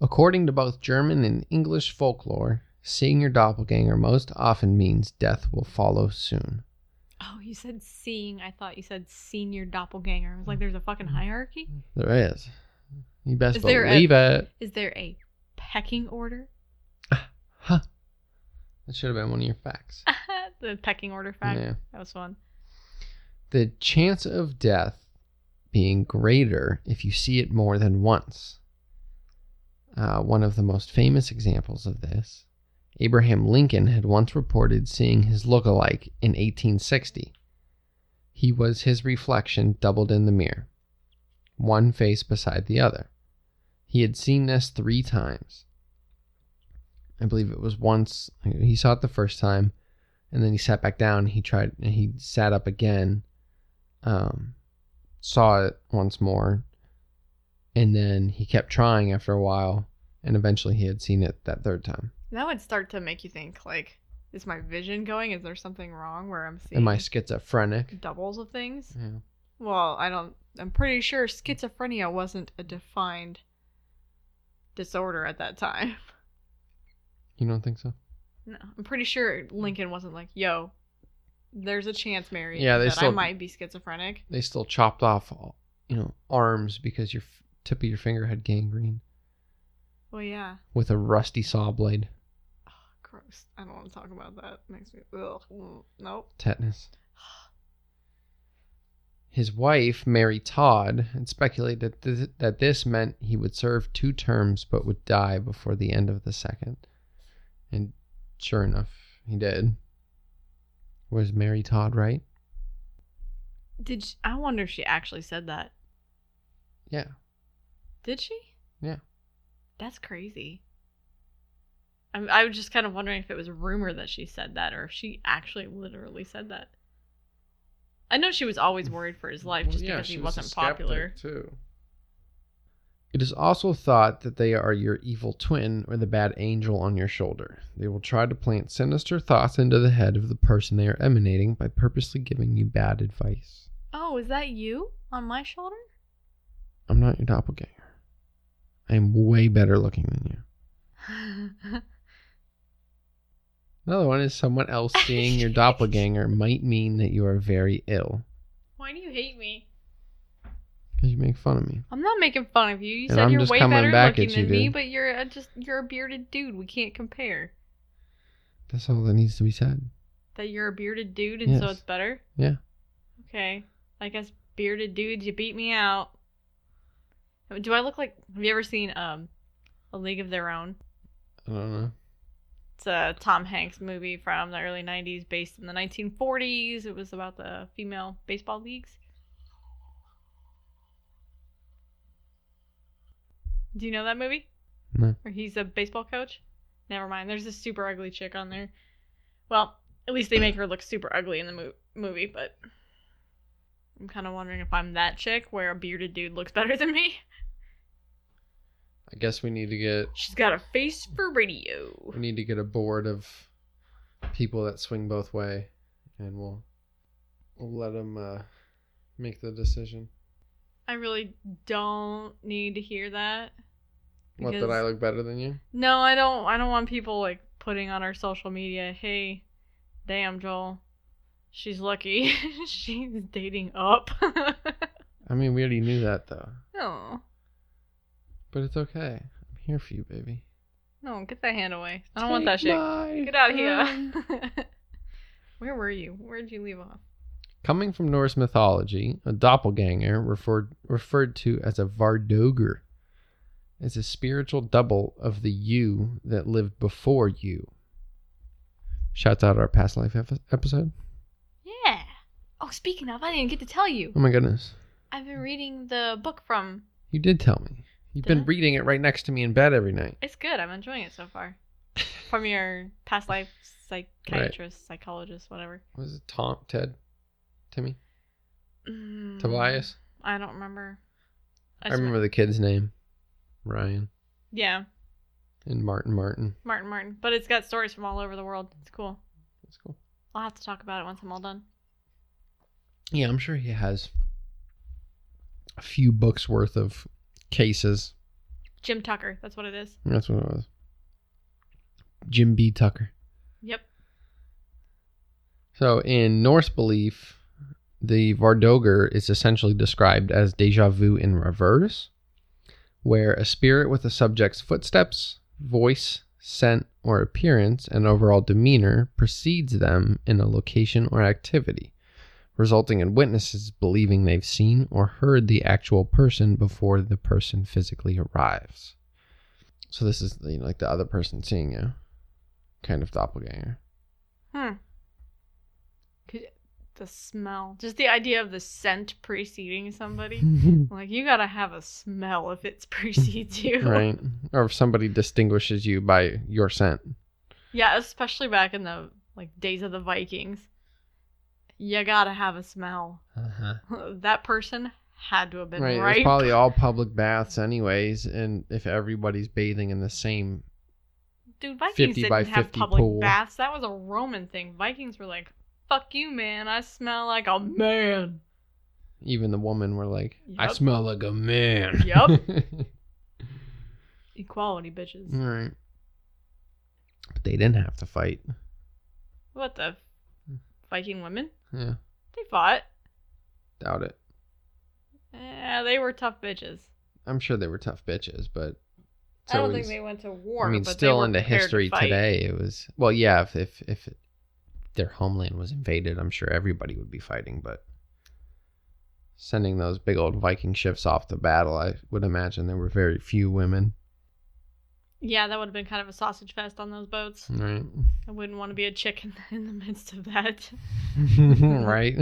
Speaker 1: According to both German and English folklore, seeing your doppelganger most often means death will follow soon.
Speaker 2: Oh, you said seeing. I thought you said senior doppelganger. I was like, there's a fucking hierarchy?
Speaker 1: There is. You best
Speaker 2: Is there a-
Speaker 1: believe it.
Speaker 2: Is there a pecking order?
Speaker 1: Huh. That should have been one of your facts.
Speaker 2: the pecking order fact.
Speaker 1: Yeah.
Speaker 2: That was fun.
Speaker 1: The chance of death being greater if you see it more than once. Uh, one of the most famous examples of this, Abraham Lincoln had once reported seeing his look-alike in 1860. He was his reflection doubled in the mirror, one face beside the other. He had seen this three times. I believe it was once he saw it the first time, and then he sat back down. He tried, and he sat up again, um, saw it once more, and then he kept trying after a while, and eventually he had seen it that third time.
Speaker 2: That would start to make you think like, is my vision going? Is there something wrong where I'm seeing
Speaker 1: Am I schizophrenic?
Speaker 2: doubles of things?
Speaker 1: Yeah.
Speaker 2: Well, I don't. I'm pretty sure schizophrenia wasn't a defined disorder at that time.
Speaker 1: You don't think so?
Speaker 2: No, I'm pretty sure Lincoln wasn't like, "Yo, there's a chance, Mary,
Speaker 1: Yeah, they
Speaker 2: that I
Speaker 1: still-
Speaker 2: might be schizophrenic."
Speaker 1: They still chopped off, all, you know, arms because your f- tip of your finger had gangrene
Speaker 2: Well, yeah.
Speaker 1: with a rusty saw blade.
Speaker 2: Ugh, gross. I don't want to talk about that. Makes me ugh. mm, Nope.
Speaker 1: tetanus. His wife, Mary Todd, had speculated that this, that this meant he would serve two terms but would die before the end of the second. And sure enough, he did. Was Mary Todd right?
Speaker 2: Did sh I wonder if she actually said that?
Speaker 1: Yeah.
Speaker 2: Did she?
Speaker 1: Yeah.
Speaker 2: That's crazy. I'm, I was just kind of wondering if it was a rumor that she said that or if she actually literally said that. I know she was always worried for his life just because he wasn't popular.
Speaker 1: too. It is also thought that they are your evil twin or the bad angel on your shoulder. They will try to plant sinister thoughts into the head of the person they are emanating by purposely giving you bad advice.
Speaker 2: Oh, is that you on my shoulder?
Speaker 1: I'm not your doppelganger. I'm way better looking than you. Another one is someone else seeing your doppelganger might mean that you are very ill
Speaker 2: Why do you hate me?
Speaker 1: because you make fun of me.
Speaker 2: I'm not making fun of you. You
Speaker 1: And
Speaker 2: said
Speaker 1: I'm
Speaker 2: you're
Speaker 1: just
Speaker 2: way
Speaker 1: coming
Speaker 2: better
Speaker 1: back
Speaker 2: looking
Speaker 1: at you,
Speaker 2: than me,
Speaker 1: dude.
Speaker 2: but you're a, just you're a bearded dude. We can't compare.
Speaker 1: That's all that needs to be said.
Speaker 2: That you're a bearded dude and so
Speaker 1: Yes.
Speaker 2: it's better?
Speaker 1: Yeah.
Speaker 2: Okay. I guess bearded dudes, you beat me out. Do I look like have you ever seen um A League of Their Own?
Speaker 1: I don't know.
Speaker 2: It's a Tom Hanks movie from the early nineties based in the nineteen forties. It was about the female baseball leagues. Do you know that movie?
Speaker 1: No.
Speaker 2: Or he's a baseball coach? Never mind. There's this super ugly chick on there. Well, at least they make her look super ugly in the mo- movie, but I'm kind of wondering if I'm that chick where a bearded dude looks better than me.
Speaker 1: I guess we need to get
Speaker 2: She's got a face for radio.
Speaker 1: we need to get a board of people that swing both way, and we'll we'll let them uh, make the decision.
Speaker 2: I really don't need to hear that.
Speaker 1: What that
Speaker 2: Because-
Speaker 1: I look better than you?
Speaker 2: No, I don't. I don't want people like putting on our social media, "Hey, damn Joel, she's lucky. she's dating up."
Speaker 1: I mean, we already knew that though,
Speaker 2: no,
Speaker 1: but it's okay. I'm here for you, baby.
Speaker 2: no, get that hand away. I don't want that
Speaker 1: Take
Speaker 2: shit.
Speaker 1: my
Speaker 2: Get out of
Speaker 1: hand.
Speaker 2: here. Where were you? Where'd you leave off?
Speaker 1: Coming from Norse mythology, a doppelganger, referred, referred to as a Vardogr, is a spiritual double of the you that lived before you. Shouts out our past life ep- episode.
Speaker 2: Yeah. Oh, speaking of, I didn't get to tell you.
Speaker 1: Oh my goodness.
Speaker 2: I've been reading the book from.
Speaker 1: You did tell me. You've
Speaker 2: Did
Speaker 1: been
Speaker 2: I?
Speaker 1: reading it right next to me in bed every night.
Speaker 2: It's good. I'm enjoying it so far. From your past life psychiatrist, psychologist, whatever.
Speaker 1: Was it Tom, Ted, Timmy,
Speaker 2: Mm-hmm. Mm,
Speaker 1: Tobias?
Speaker 2: I don't remember.
Speaker 1: I,
Speaker 2: swear-
Speaker 1: remember the kid's name Ryan
Speaker 2: Yeah,
Speaker 1: and Martin Martin.
Speaker 2: Martin Martin. But it's got stories from all over the world. It's cool.
Speaker 1: That's cool.
Speaker 2: I'll have to talk about it once I'm all done.
Speaker 1: Yeah, I'm sure he has a few books worth of cases
Speaker 2: Jim Tucker, that's what it is.
Speaker 1: That's what it was. Jim B. Tucker.
Speaker 2: Yep.
Speaker 1: So in Norse belief, the Vardogr is essentially described as deja vu in reverse, where a spirit with a subject's footsteps, voice, scent, or appearance and overall demeanor precedes them in a location or activity, resulting in witnesses believing they've seen or heard the actual person before the person physically arrives. So this is you know, like the other person seeing you, kind of doppelganger.
Speaker 2: Hmm. Could, the smell. Just the idea of the scent preceding somebody. Like, you gotta have a smell if it precedes you.
Speaker 1: right? Or if somebody distinguishes you by your scent.
Speaker 2: Yeah, especially back in the, like, days of the Vikings. You gotta have a smell.
Speaker 1: Uh-huh.
Speaker 2: that person had to have been
Speaker 1: Right.
Speaker 2: right.
Speaker 1: It's probably all public baths, anyways. And if everybody's bathing in the same,
Speaker 2: Dude, Vikings
Speaker 1: 50
Speaker 2: didn't
Speaker 1: by
Speaker 2: have
Speaker 1: 50
Speaker 2: public
Speaker 1: pool.
Speaker 2: baths. That was a Roman thing. Vikings were like, "Fuck you, man. I smell like a man."
Speaker 1: even the woman were like, "I
Speaker 2: Yup.
Speaker 1: smell like a man."
Speaker 2: Yup.
Speaker 1: all
Speaker 2: Equality, bitches.
Speaker 1: right. But they didn't have to fight.
Speaker 2: What the Viking women?
Speaker 1: Yeah.
Speaker 2: They fought.
Speaker 1: Doubt it.
Speaker 2: Yeah, they were tough bitches.
Speaker 1: I'm sure they were tough bitches, but it's
Speaker 2: I don't
Speaker 1: always-
Speaker 2: think they went to war.
Speaker 1: I mean,
Speaker 2: but
Speaker 1: still
Speaker 2: they were
Speaker 1: into
Speaker 2: prepared to
Speaker 1: history
Speaker 2: fight.
Speaker 1: today, it was well, yeah. If if if their homeland was invaded, I'm sure everybody would be fighting. But sending those big old Viking ships off to battle, I would imagine there were very few women.
Speaker 2: Yeah, that would have been kind of a sausage fest on those boats.
Speaker 1: Right,
Speaker 2: I wouldn't want to be a chicken in the midst of that.
Speaker 1: right,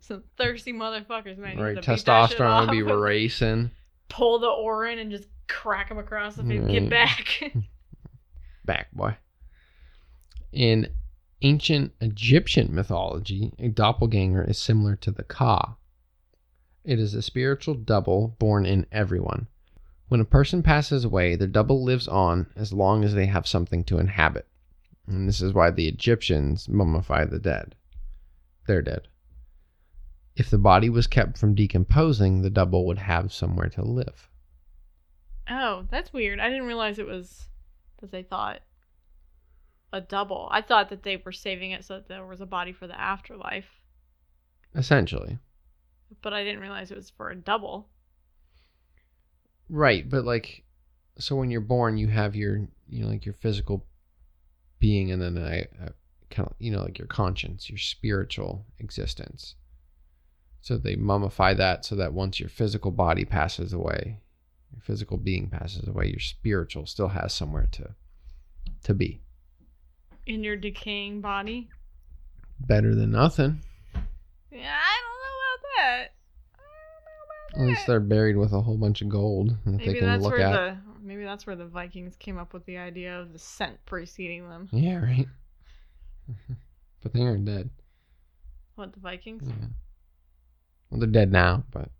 Speaker 2: Some thirsty motherfuckers, man. You
Speaker 1: right.
Speaker 2: have to beat that shit
Speaker 1: Testosterone would be
Speaker 2: off.
Speaker 1: racing.
Speaker 2: pull the oar in and just crack him across the face.
Speaker 1: Mm.
Speaker 2: Get back.
Speaker 1: back boy. In ancient Egyptian mythology, a doppelganger is similar to the Ka. It is a spiritual double born in everyone. When a person passes away, their double lives on as long as they have something to inhabit. And this is why the Egyptians mummify the dead. They're dead. If the body was kept from decomposing, the double would have somewhere to live.
Speaker 2: oh, that's weird. I didn't realize it was that they thought a double. I thought that they were saving it so that there was a body for the afterlife,
Speaker 1: Essentially.
Speaker 2: but I didn't realize it was for a double.
Speaker 1: Right, but like, so when you're born, you have your, you know, like your physical being, and then I, I kind of, you know, like your conscience, your spiritual existence. So they mummify that so that once your physical body passes away, your physical being passes away, your spiritual still has somewhere to, to be.
Speaker 2: In your decaying body?
Speaker 1: Better than nothing.
Speaker 2: Yeah, I don't know about that. I
Speaker 1: At
Speaker 2: don't know about
Speaker 1: least
Speaker 2: that.
Speaker 1: they're buried with a whole bunch of gold that they
Speaker 2: Maybe
Speaker 1: can
Speaker 2: that's
Speaker 1: look
Speaker 2: where
Speaker 1: at.
Speaker 2: the maybe that's where the Vikings came up with the idea of the scent preceding them.
Speaker 1: Yeah, right. but they aren't dead.
Speaker 2: What the Vikings?
Speaker 1: Yeah. Well, they're dead now, but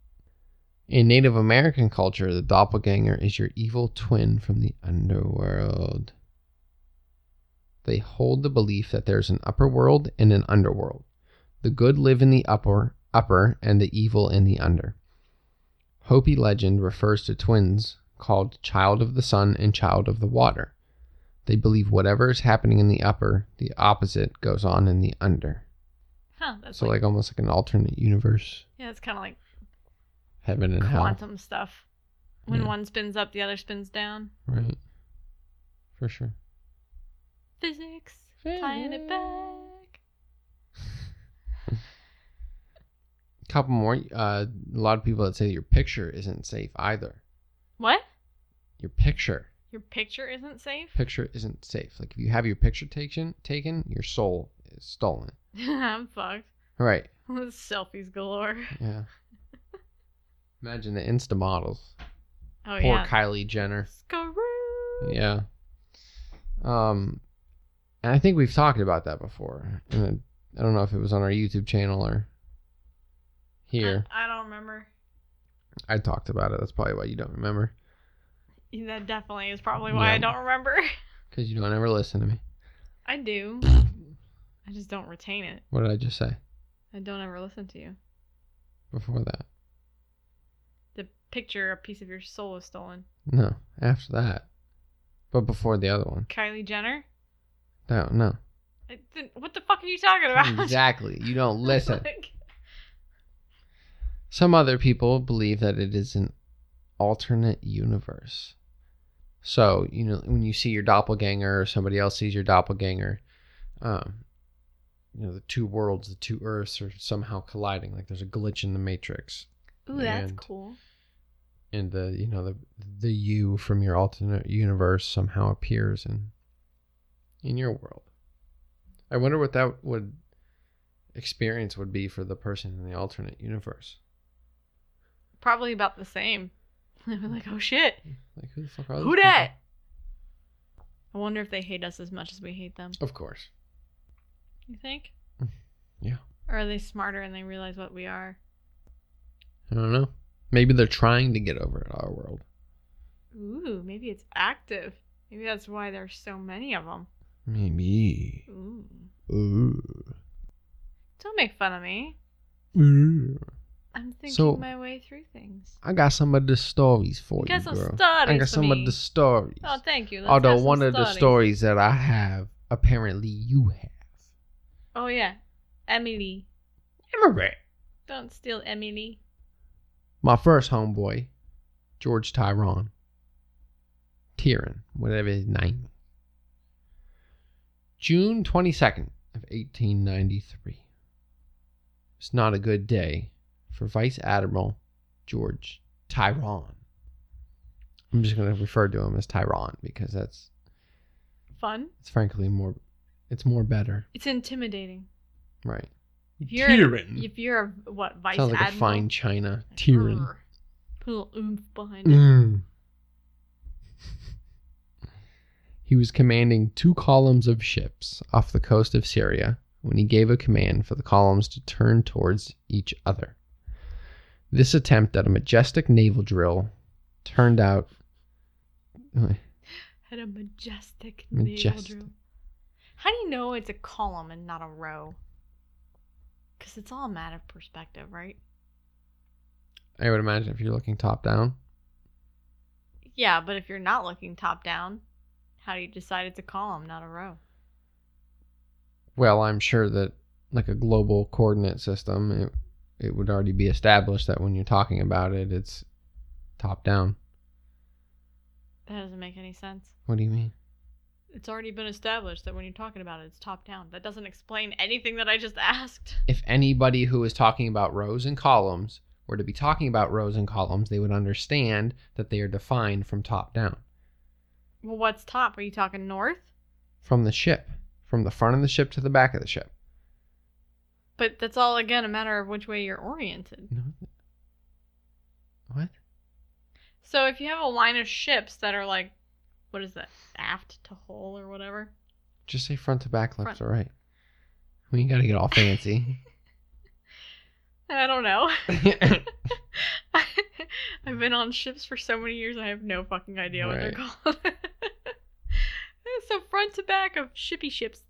Speaker 1: in Native American culture, the doppelganger is your evil twin from the underworld. They hold the belief that there's an upper world and an underworld. The good live in the upper, upper, and the evil in the under. Hopi legend refers to twins called Child of the Sun and Child of the Water. They believe whatever is happening in the upper, the opposite goes on in the under.
Speaker 2: Huh, that's
Speaker 1: So
Speaker 2: like
Speaker 1: like almost like an alternate universe,
Speaker 2: yeah, it's kind of like
Speaker 1: heaven and hell,
Speaker 2: quantum stuff. When
Speaker 1: Uh-huh. Yeah.
Speaker 2: one spins up, the other spins down.
Speaker 1: right? For sure.
Speaker 2: Physics, tying it back.
Speaker 1: Couple more. Uh, a lot of people that say your picture isn't safe either.
Speaker 2: What?
Speaker 1: Your picture,
Speaker 2: Your picture isn't safe?
Speaker 1: picture isn't safe. Like if you have your picture taken, taken, your soul is stolen.
Speaker 2: I'm fucked.
Speaker 1: Right.
Speaker 2: Selfies galore.
Speaker 1: Yeah. Imagine the Insta models.
Speaker 2: Oh
Speaker 1: Poor
Speaker 2: yeah.
Speaker 1: Kylie Jenner.
Speaker 2: Skaroo.
Speaker 1: Yeah. Um, and I think we've talked about that before, and I don't know if it was on our YouTube channel or here.
Speaker 2: I, I don't remember.
Speaker 1: I talked about it. That's probably why you don't remember,
Speaker 2: That definitely is probably why I
Speaker 1: Yeah.
Speaker 2: don't remember.
Speaker 1: because you don't ever listen to me.
Speaker 2: I do. I just don't retain it.
Speaker 1: What did I just say
Speaker 2: I don't ever listen to you.
Speaker 1: before that?
Speaker 2: The picture, a piece of your soul was stolen.
Speaker 1: No, after that, but before the other one.
Speaker 2: Kylie Jenner?
Speaker 1: No, no.
Speaker 2: I didn't- what the fuck are you talking about?
Speaker 1: Exactly. You don't listen.
Speaker 2: Like,
Speaker 1: Some other people believe that it is an alternate universe. So, you know, when you see your doppelganger or somebody else sees your doppelganger, um, you know, the two worlds, the two Earths are somehow colliding. Like there's a glitch in the matrix.
Speaker 2: Ooh, that's
Speaker 1: And-
Speaker 2: cool.
Speaker 1: And the, you know, the, the you from your alternate universe somehow appears in, in your world. I wonder what that would experience would be for the person in the alternate universe.
Speaker 2: Probably about the same. They were like, oh shit,
Speaker 1: Like who the fuck are those
Speaker 2: who
Speaker 1: people?
Speaker 2: dat? I wonder if they hate us as much as we hate them.
Speaker 1: Of course.
Speaker 2: You think?
Speaker 1: Mm, Yeah.
Speaker 2: Or are they smarter and they realize what we are?
Speaker 1: I don't know. Maybe they're trying to get over at our world.
Speaker 2: Ooh, maybe it's active. Maybe that's why there's so many of them.
Speaker 1: Maybe.
Speaker 2: Ooh.
Speaker 1: Ooh.
Speaker 2: Don't make fun of me.
Speaker 1: Ooh.
Speaker 2: I'm thinking
Speaker 1: So-
Speaker 2: my way through things.
Speaker 1: I got some of the stories for
Speaker 2: You
Speaker 1: you,
Speaker 2: got some
Speaker 1: girl.
Speaker 2: stories
Speaker 1: I got
Speaker 2: for
Speaker 1: some
Speaker 2: me.
Speaker 1: of the stories.
Speaker 2: Oh, thank you. Let's have
Speaker 1: Although
Speaker 2: some
Speaker 1: one of the stories that I have, apparently you have.
Speaker 2: Oh yeah, Emily.
Speaker 1: Emery.
Speaker 2: Don't steal Emily.
Speaker 1: My first homeboy, George Tyrone. Tyron, whatever his name. is. June 22nd of 1893. It's not a good day for Vice Admiral George Tyrone. I'm just going to refer to him as Tyrone because that's
Speaker 2: Fun.
Speaker 1: it's frankly more it's more better,
Speaker 2: It's intimidating.
Speaker 1: right?
Speaker 2: If you're if you're a what vice
Speaker 1: Sounds like
Speaker 2: admiral.
Speaker 1: a fine china. Tyron.
Speaker 2: Grr. Put a little oomph behind it.
Speaker 1: Mm. he was commanding two columns of ships off the coast of Syria when he gave a command for the columns to turn towards each other. This attempt at a majestic naval drill turned out.
Speaker 2: Had a majestic,
Speaker 1: Majestic.
Speaker 2: navel drill. How do you know it's a column and not a row? Because it's all a matter of perspective, right?
Speaker 1: I would imagine if you're looking top down,
Speaker 2: Yeah, but if you're not looking top down, how do you decide it's a column, not a row?
Speaker 1: well, I'm sure that like a global coordinate system, it, it would already be established that when you're talking about it, it's top down.
Speaker 2: That doesn't make any sense.
Speaker 1: What do you mean?
Speaker 2: It's already been established that when you're talking about it, it's top down. That doesn't explain anything that I just asked.
Speaker 1: if anybody who is talking about rows and columns were to be talking about rows and columns, they would understand that they are defined from top down,
Speaker 2: Well, what's top? Are you talking north?
Speaker 1: from the ship, from the front of the ship to the back of the ship.
Speaker 2: But that's all, again, a matter of which way you're oriented.
Speaker 1: No. What?
Speaker 2: So if you have a line of ships that are like, what is that, aft to hull or whatever?
Speaker 1: Just say front to back, left
Speaker 2: Front.
Speaker 1: to right. We ain't got to get all fancy.
Speaker 2: I don't know.
Speaker 1: All
Speaker 2: I've been on ships for so many years, I have no fucking idea what they're called. so front to back of shippy ships.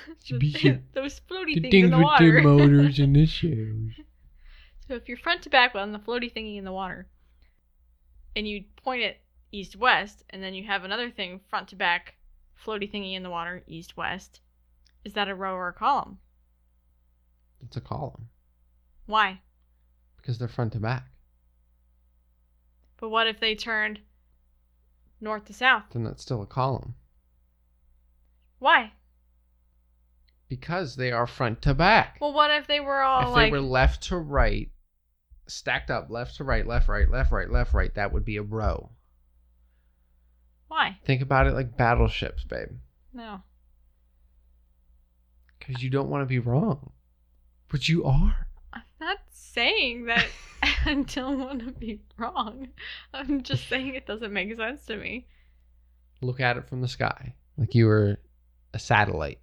Speaker 2: The
Speaker 1: Shippy
Speaker 2: thi-
Speaker 1: ship.
Speaker 2: Those floaty things, in the water.
Speaker 1: and the shoes.
Speaker 2: so if you're front to back on the floaty thingy in the water, and you point it east west, and then you have another thing front to back, floaty thingy in the water east west, is that a row or a column?
Speaker 1: It's a column
Speaker 2: Why?
Speaker 1: because they're front to back.
Speaker 2: But what if they turned north to south?
Speaker 1: Then that's still a column
Speaker 2: Why?
Speaker 1: because they are front to back.
Speaker 2: Well, what if they were all
Speaker 1: if
Speaker 2: like
Speaker 1: they were left to right, stacked up left to right, left, right, left, right, left, right, that would be a row.
Speaker 2: Why?
Speaker 1: Think about it like battleships, babe.
Speaker 2: No.
Speaker 1: Because you don't want to be wrong. But you are.
Speaker 2: I'm not saying that I don't want to be wrong. I'm just saying it doesn't make sense to me.
Speaker 1: Look at it from the sky. Like you were a satellite.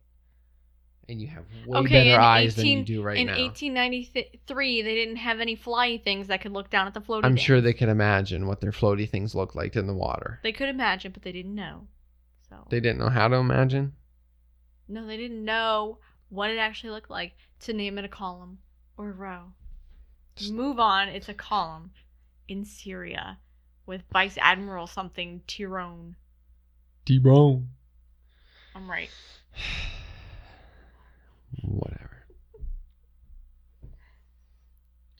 Speaker 1: And you have way
Speaker 2: Okay, in
Speaker 1: better eyes than
Speaker 2: 18
Speaker 1: you do right
Speaker 2: In
Speaker 1: now.
Speaker 2: 1893, they didn't have any flyy things that could look down at the floating.
Speaker 1: I'm sure they could imagine what their floaty things looked like in the water.
Speaker 2: They could imagine, but they didn't know. So
Speaker 1: They didn't know how to imagine.
Speaker 2: no, they didn't know what it actually looked like to name it a column or a row.
Speaker 1: Just-
Speaker 2: Move on. It's a column in Syria with Vice Admiral something Tyrone.
Speaker 1: D wrong.
Speaker 2: I'm right.
Speaker 1: Whatever.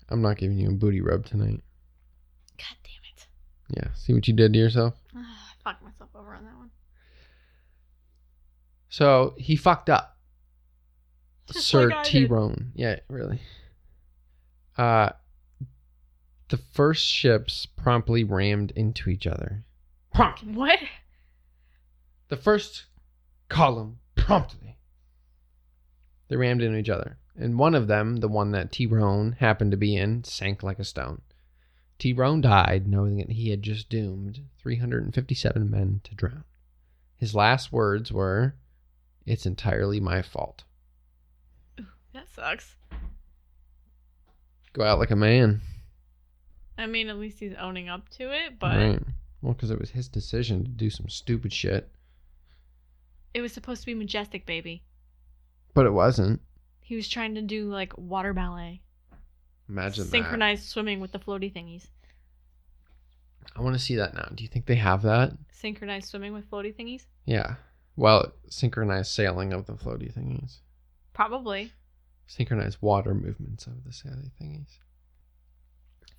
Speaker 1: I'm not giving you a booty rub tonight.
Speaker 2: God damn it.
Speaker 1: Yeah, see what you did to yourself?
Speaker 2: Ugh, I fucked myself
Speaker 1: So he fucked up.
Speaker 2: Just
Speaker 1: Sir
Speaker 2: like I
Speaker 1: T
Speaker 2: did.
Speaker 1: Roan. Yeah, really. Uh the first ships promptly rammed into each other. Prompt.
Speaker 2: What?
Speaker 1: The first column promptly. They rammed into each other. And one of them, the one that T Roan happened to be in, sank like a stone. T Roan died knowing that he had just doomed 357 men to drown. His last words were, It's entirely my fault.
Speaker 2: That sucks.
Speaker 1: Go out like a man.
Speaker 2: I mean, at least he's owning up to it, but
Speaker 1: Right. Well, because it was his decision to do some stupid shit,
Speaker 2: it was supposed to be majestic, baby.
Speaker 1: but it wasn't.
Speaker 2: He was trying to do like water ballet,
Speaker 1: Imagine that.
Speaker 2: synchronized swimming with the floaty thingies,
Speaker 1: I want to see that now. Do you think they have that?
Speaker 2: synchronized swimming with floaty thingies.
Speaker 1: Yeah. Well, synchronized sailing of the floaty thingies,
Speaker 2: Probably
Speaker 1: synchronized water movements of the sailing thingies.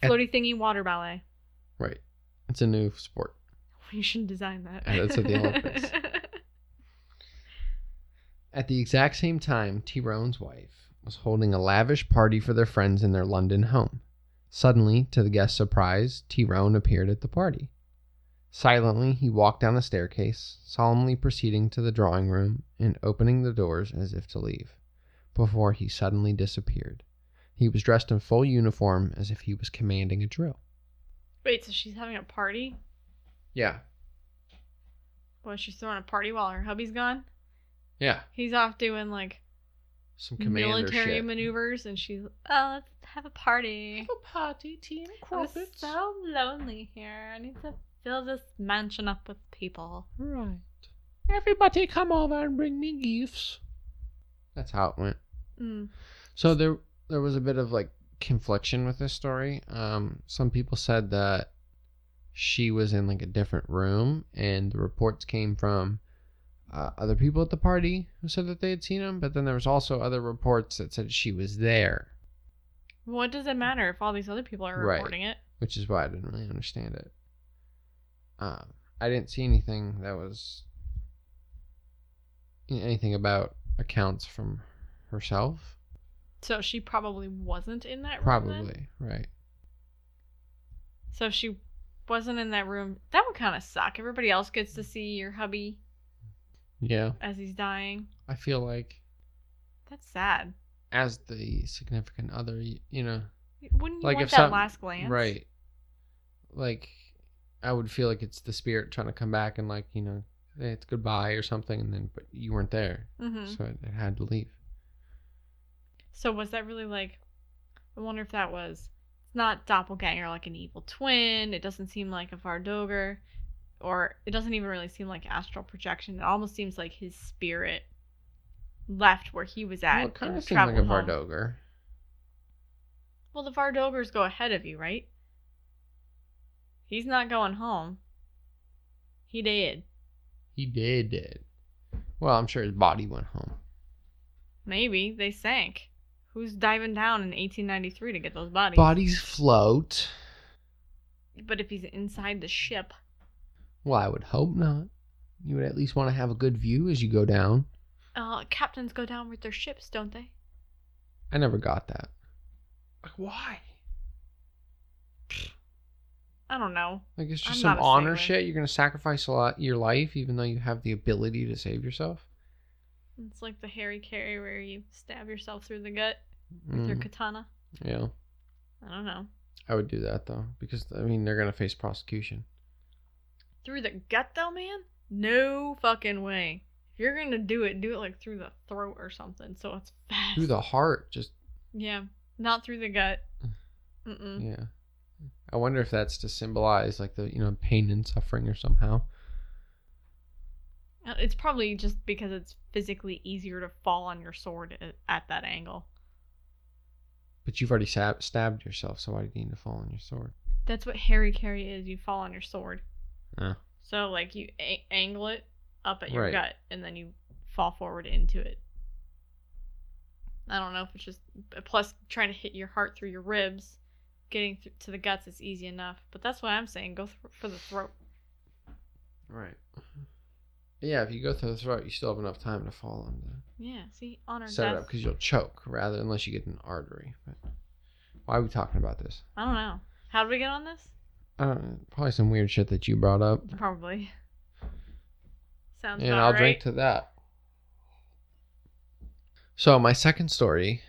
Speaker 1: At-
Speaker 2: floaty thingy water ballet.
Speaker 1: Right. It's a new sport.
Speaker 2: We should design that.
Speaker 1: Yeah, that's at the Olympics. At the exact same time, Tyrone's wife was holding a lavish party for their friends in their London home. Suddenly, to the guests' surprise, Tyrone appeared at the party. Silently, he walked down the staircase, solemnly proceeding to the drawing room and opening the doors as if to leave, before he suddenly disappeared. He was dressed in full uniform as if he was commanding a drill.
Speaker 2: Wait, so she's having a party?
Speaker 1: Yeah,
Speaker 2: Boy, she's throwing a party while her hubby's gone.
Speaker 1: yeah.
Speaker 2: He's off doing like
Speaker 1: Some
Speaker 2: military maneuvers, and she's oh, let's have a party.
Speaker 1: party, team
Speaker 2: I'm so lonely here. I need to fill this mansion up with people.
Speaker 1: Right. Everybody come over and bring me gifts. That's how it went.
Speaker 2: Mm.
Speaker 1: So there there was a bit of like confliction with this story. Um some people said that she was in like a different room and the reports came from uh, other people at the party who said that they had seen him, but then there was also other reports that said she was there,
Speaker 2: What does it matter if all these other people are
Speaker 1: Right.
Speaker 2: reporting it?
Speaker 1: which is why I didn't really understand it. Um, I didn't see anything that was anything about accounts from herself.
Speaker 2: So she probably wasn't in that room. then?
Speaker 1: Probably, right.
Speaker 2: So if she wasn't in that room, that would kind of suck. Everybody else gets to see your hubby
Speaker 1: Yeah.
Speaker 2: as he's dying.
Speaker 1: I feel like
Speaker 2: That's sad.
Speaker 1: as the significant other, y- you know,
Speaker 2: Wouldn't you
Speaker 1: Like,
Speaker 2: want
Speaker 1: if
Speaker 2: that
Speaker 1: some-
Speaker 2: last glance?
Speaker 1: right? Like, I would feel like it's the spirit trying to come back and like, you know, hey, it's goodbye or something, and then but you weren't there,
Speaker 2: hmm
Speaker 1: so it, it had to leave.
Speaker 2: So was that really like? I wonder if that was. It's not doppelganger like an evil twin. It doesn't seem like a Vardoger, or it doesn't even really seem like astral projection. It almost seems like his spirit left where he was at
Speaker 1: well, it kind
Speaker 2: and
Speaker 1: of seemed like a
Speaker 2: traveled home.
Speaker 1: Vardogger.
Speaker 2: Well, the Vardogers go ahead of you, right? He's not going home. He did.
Speaker 1: He did it. Well, I'm sure his body went home.
Speaker 2: Maybe they sank. Who's diving down in 1893 to get those bodies?
Speaker 1: Bodies float.
Speaker 2: But if he's inside the ship,
Speaker 1: Well, I would hope not. You would at least want to have a good view as you go down.
Speaker 2: uh, captains go down with their ships, don't they?
Speaker 1: I never got that. Like, why?
Speaker 2: I don't know.
Speaker 1: Like it's just
Speaker 2: I'm
Speaker 1: some
Speaker 2: not a
Speaker 1: honor
Speaker 2: sailor.
Speaker 1: shit. You're gonna sacrifice a lot your life, even though you have the ability to save yourself.
Speaker 2: It's like the Harry Carry where you stab yourself through the gut with your
Speaker 1: Mm,
Speaker 2: katana.
Speaker 1: yeah,
Speaker 2: I don't know.
Speaker 1: I would do that though, because I mean they're gonna face prosecution.
Speaker 2: Through the gut, though, man? No fucking way. If you're gonna do it, do it like through the throat or something, so it's fast.
Speaker 1: Through the heart, just
Speaker 2: Yeah, not through the gut. Mm-mm.
Speaker 1: yeah. I wonder if that's to symbolize like the you know pain and suffering or somehow.
Speaker 2: Uh, It's probably just because it's physically easier to fall on your sword at, at that angle.
Speaker 1: But you've already sab- stabbed yourself, so why do you need to fall on your sword?
Speaker 2: That's what Harry carry is. You fall on your sword.
Speaker 1: Oh.
Speaker 2: So like you a- angle it up at your
Speaker 1: Right.
Speaker 2: gut, and then you fall forward into it. I don't know if it's just uh, plus trying to hit your heart through your ribs, getting th- to the guts is easy enough. But that's what I'm saying. Go th- for the throat.
Speaker 1: Right. Yeah, if you go through the throat, you still have enough time to fall on the
Speaker 2: Yeah, see, honor
Speaker 1: set it
Speaker 2: death.
Speaker 1: up because you'll choke rather unless you get an artery. But why are we talking about this?
Speaker 2: I don't know. How did we get on this?
Speaker 1: I don't know, probably some weird shit that you brought up,
Speaker 2: Probably. Sounds
Speaker 1: and
Speaker 2: about
Speaker 1: I'll
Speaker 2: right.
Speaker 1: drink to that. So my second story,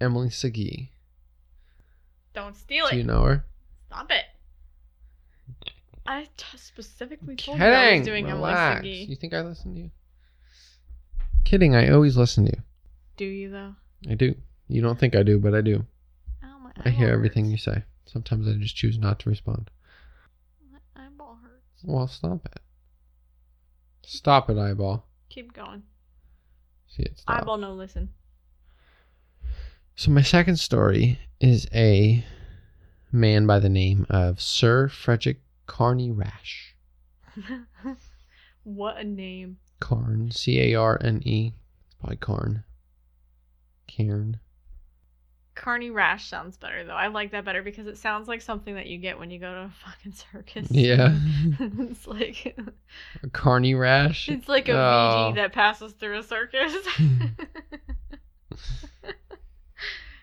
Speaker 1: Emily Segee.
Speaker 2: Don't steal it.
Speaker 1: Do you know her?
Speaker 2: Stop it. I t- specifically told you I
Speaker 1: Kidding.
Speaker 2: was doing
Speaker 1: Relax.
Speaker 2: Emily Segee.
Speaker 1: You think I listen to you? Kidding. I always listen to you.
Speaker 2: Do you though?
Speaker 1: I do. You don't think I do, but I do.
Speaker 2: Ow, my
Speaker 1: I hear
Speaker 2: eyeball
Speaker 1: everything you
Speaker 2: hurts.
Speaker 1: say. Sometimes I just choose not to respond.
Speaker 2: My eyeball hurts.
Speaker 1: Well, stop it. Stop it, eyeball.
Speaker 2: Keep going.
Speaker 1: See it stop.
Speaker 2: Eyeball, no listen.
Speaker 1: So my second story is a man by the name of Sir Frederick Carney Rash.
Speaker 2: what a name.
Speaker 1: Carn, C A R N E. It's probably Carn. Cairn.
Speaker 2: Carney rash sounds better though. I like that better because it sounds like something that you get when you go to a fucking circus.
Speaker 1: Yeah.
Speaker 2: it's like
Speaker 1: Carney Rash.
Speaker 2: it's like a
Speaker 1: Oh.
Speaker 2: VD that passes through a circus.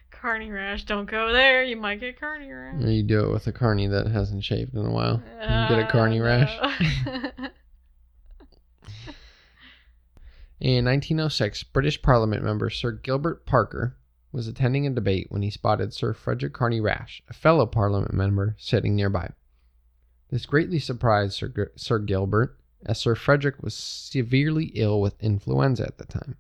Speaker 2: carney rash, don't go there. You might get carney rash.
Speaker 1: Or You do it with a carny that hasn't shaved in a while. You can get a carny
Speaker 2: Uh,
Speaker 1: rash.
Speaker 2: no.
Speaker 1: In 1906, British Parliament member Sir Gilbert Parker was attending a debate when he spotted Sir Frederick Carney Rash, a fellow Parliament member, sitting nearby. This greatly surprised Sir, Gil- Sir Gilbert, as Sir Frederick was severely ill with influenza at the time.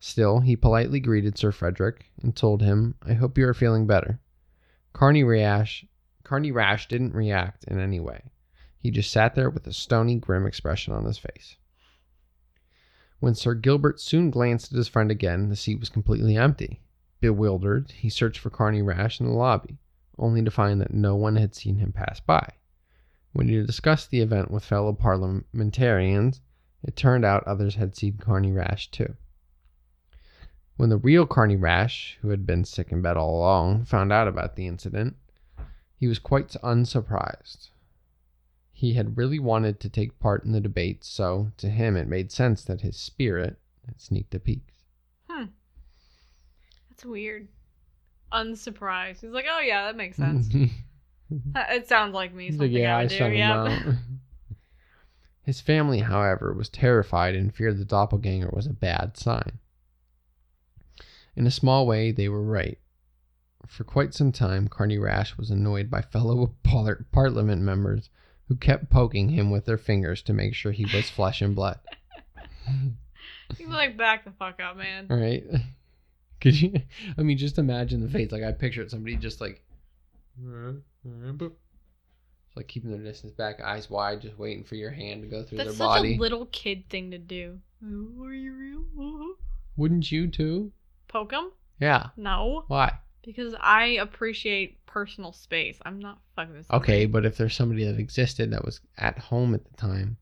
Speaker 1: Still, he politely greeted Sir Frederick and told him, I hope you are feeling better. Carney Rash, Carney Rash didn't react in any way. He just sat there with a stony, grim expression on his face. When Sir Gilbert soon glanced at his friend again, the seat was completely empty. Bewildered, he searched for Carney Rash in the lobby, only to find that no one had seen him pass by. When he discussed the event with fellow parliamentarians, it turned out others had seen Carney Rash too. When the real Carney Rash, who had been sick in bed all along, found out about the incident, he was quite unsurprised. He had really wanted to take part in the debate, so to him it made sense that his spirit had sneaked a peek.
Speaker 2: That's weird. Unsurprised. He's like, oh yeah, that makes sense. Uh, it sounds like me.
Speaker 1: He's
Speaker 2: Something
Speaker 1: like, yeah,
Speaker 2: I
Speaker 1: I
Speaker 2: would do.
Speaker 1: shut him
Speaker 2: Yeah.
Speaker 1: out. His family, however, was terrified and feared the doppelganger was a bad sign. In a small way, they were right. For quite some time, Carney Rash was annoyed by fellow parl- parliament members who kept poking him with their fingers to make sure he was flesh and blood.
Speaker 2: He's like, back the fuck up, man.
Speaker 1: All right. Could you? I mean, just imagine the face. Like I pictured somebody just like, it's like keeping their distance back, eyes wide, just waiting for your hand to go through
Speaker 2: That's
Speaker 1: their
Speaker 2: such
Speaker 1: body.
Speaker 2: a little kid thing to do. Oh, are you real? Oh.
Speaker 1: Wouldn't you too?
Speaker 2: Poke him?
Speaker 1: Yeah.
Speaker 2: No,
Speaker 1: Why?
Speaker 2: because I appreciate personal space. I'm not fucking this.
Speaker 1: Okay, but if there's somebody that existed that was at home at the time,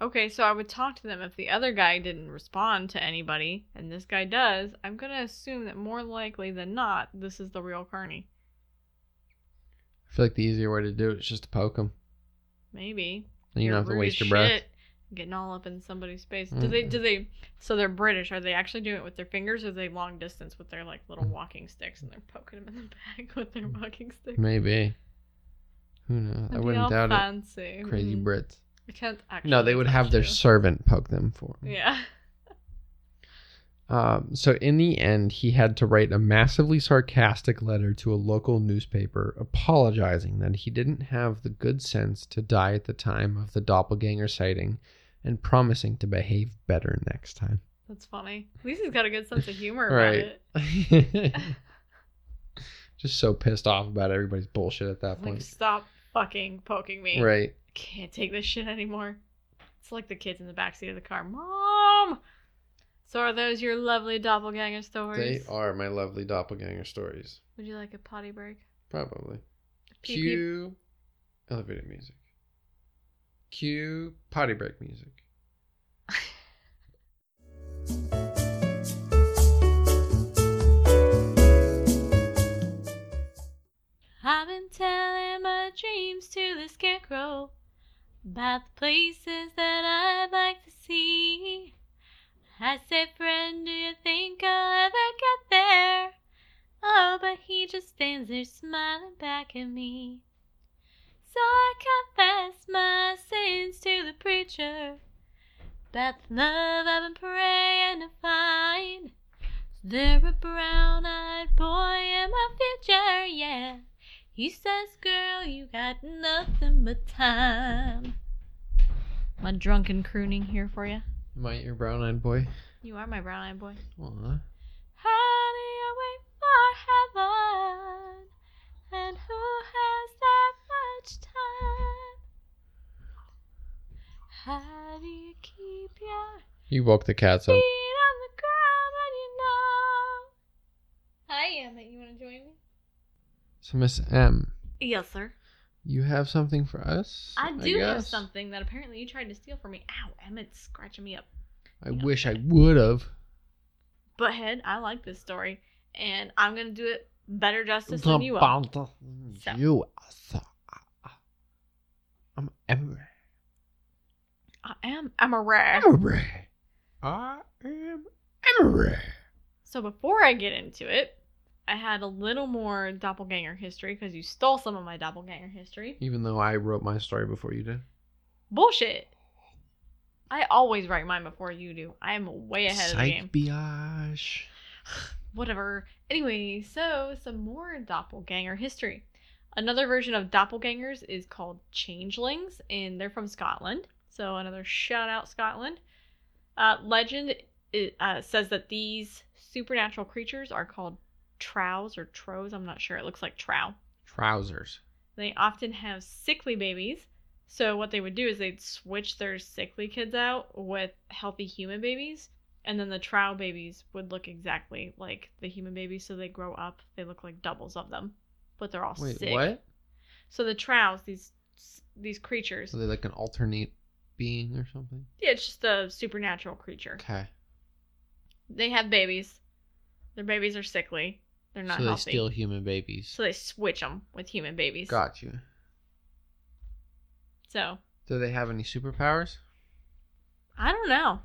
Speaker 2: Okay, so I would talk to them if the other guy didn't respond to anybody, and this guy does. I'm gonna assume that more likely than not, this is the real Carney.
Speaker 1: I feel like the easier way to do it is just to poke them.
Speaker 2: Maybe.
Speaker 1: And you
Speaker 2: You're
Speaker 1: don't have to
Speaker 2: rude
Speaker 1: waste
Speaker 2: as
Speaker 1: your breath.
Speaker 2: shit, Getting all up in somebody's face. Do they? Do they? So they're British. Are they actually doing it with their fingers? Or are they long distance with their like little walking sticks and they're poking them in the back with their walking sticks?
Speaker 1: Maybe. Who knows? I
Speaker 2: That'd be all
Speaker 1: wouldn't doubt
Speaker 2: fancy.
Speaker 1: it. Crazy
Speaker 2: Mm.
Speaker 1: Brits.
Speaker 2: I can't actually.
Speaker 1: No, they would have their
Speaker 2: touch
Speaker 1: servant poke them for 'em.
Speaker 2: you. Yeah.
Speaker 1: Um, so in the end, he had to write a massively sarcastic letter to a local newspaper apologizing that he didn't have the good sense to die at the time of the doppelganger sighting and promising to behave better next time.
Speaker 2: That's funny. At least he's got a good sense of humor about
Speaker 1: Right.
Speaker 2: it.
Speaker 1: Just so pissed off about everybody's bullshit at that
Speaker 2: Like,
Speaker 1: point.
Speaker 2: stop fucking poking me.
Speaker 1: Right.
Speaker 2: I can't take this shit anymore. It's like the kids in the backseat of the car. Mom! So are those your lovely doppelganger
Speaker 1: They
Speaker 2: stories?
Speaker 1: are my lovely doppelganger stories.
Speaker 2: Would you like a potty break?
Speaker 1: Probably.
Speaker 2: Pee pee.
Speaker 1: Cue elevated music. Cue potty break music.
Speaker 2: I've been telling my dreams to the scarecrow. About the places that I'd like to see. I said, friend, do you think I'll ever get there? Oh, but he just stands there smiling back at me. So I confess my sins to the preacher. About the love I've been praying to find. There a brown eyed boy in my future, yeah. He says, girl, you got nothing but time. My drunken crooning here for you.
Speaker 1: My your brown eyed boy.
Speaker 2: You are my brown eyed boy.
Speaker 1: Aw.
Speaker 2: Honey, I wait for heaven. And who has that much time? How do you keep your
Speaker 1: You woke the cats
Speaker 2: feet
Speaker 1: up.
Speaker 2: on the ground when you know? I am it. You want to join me?
Speaker 1: So Miss M,
Speaker 2: Yes, sir.
Speaker 1: you have something for us?
Speaker 2: I do have
Speaker 1: guess?
Speaker 2: something that apparently you tried to steal from me. Ow, Emmett's scratching me up.
Speaker 1: I wish I would have.
Speaker 2: Butthead, I like this story, and I'm gonna do it better justice than you are. So.
Speaker 1: You are. uh, I'm Emery.
Speaker 2: I am. I'm a rare.
Speaker 1: Emery. I am Emery.
Speaker 2: So before I get into it, I had a little more doppelganger history because you stole some of my doppelganger history.
Speaker 1: Even though I wrote my story before you did.
Speaker 2: Bullshit. I always write mine before you do. I am way ahead of the game.
Speaker 1: biage.
Speaker 2: Whatever. Anyway, so some more doppelganger history. Another version of doppelgangers is called changelings, and they're from Scotland. So another shout out Scotland. Uh, legend i- uh, says that these supernatural creatures are called trows or trows. I'm not sure. It looks like trow.
Speaker 1: Trousers.
Speaker 2: They often have sickly babies. So what they would do is they'd switch their sickly kids out with healthy human babies, and then the trow babies would look exactly like the human babies. So they grow up, they look like doubles of them, but they're all
Speaker 1: Wait,
Speaker 2: sick.
Speaker 1: what?
Speaker 2: So the trows, these these creatures,
Speaker 1: So they like an alternate being or something?
Speaker 2: yeah, it's just a supernatural creature.
Speaker 1: Okay.
Speaker 2: They have babies. Their babies are sickly. They're not
Speaker 1: so they
Speaker 2: healthy.
Speaker 1: steal human babies.
Speaker 2: so they switch them with human babies.
Speaker 1: Got you.
Speaker 2: So
Speaker 1: Do they have any superpowers?
Speaker 2: I don't know.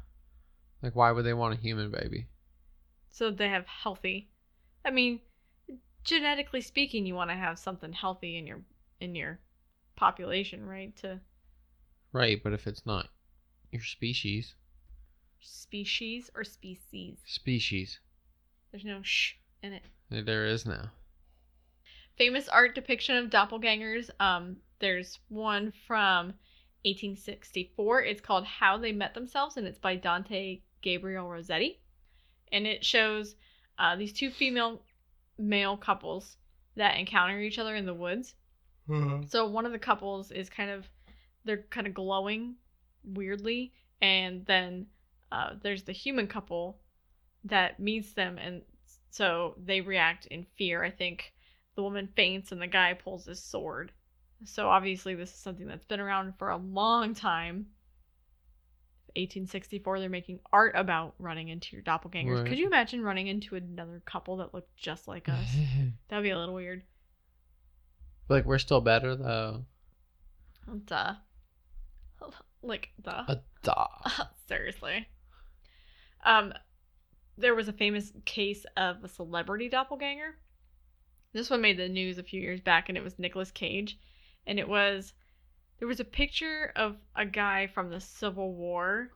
Speaker 1: Like, why would they want a human baby?
Speaker 2: so they have healthy. I mean, genetically speaking, you want to have something healthy in your in your population, right? To
Speaker 1: Right, but if it's not your species,
Speaker 2: species or species.
Speaker 1: species,
Speaker 2: There's no sh in it.
Speaker 1: there is now.
Speaker 2: Famous art depiction of doppelgangers. Um, there's one from 1864. It's called How They Met Themselves, and it's by Dante Gabriel Rossetti. And it shows uh, these two female male couples that encounter each other in the woods. So one of the couples is kind of they're kind of glowing weirdly, and then uh, there's the human couple that meets them, and so they react in fear. I think the woman faints, and the guy pulls his sword. So obviously, this is something that's been around for a long time. 1864, they're making art about running into your doppelgangers.
Speaker 1: Right.
Speaker 2: Could you imagine running into another couple that looked just like us? That'd be a little weird.
Speaker 1: But, like, we're still better, though.
Speaker 2: Duh. Like, duh.
Speaker 1: A dog.
Speaker 2: Seriously. Um, there was a famous case of a celebrity doppelganger. This one made the news a few years back, and it was Nicolas Cage. And it was there was a picture of a guy from the Civil War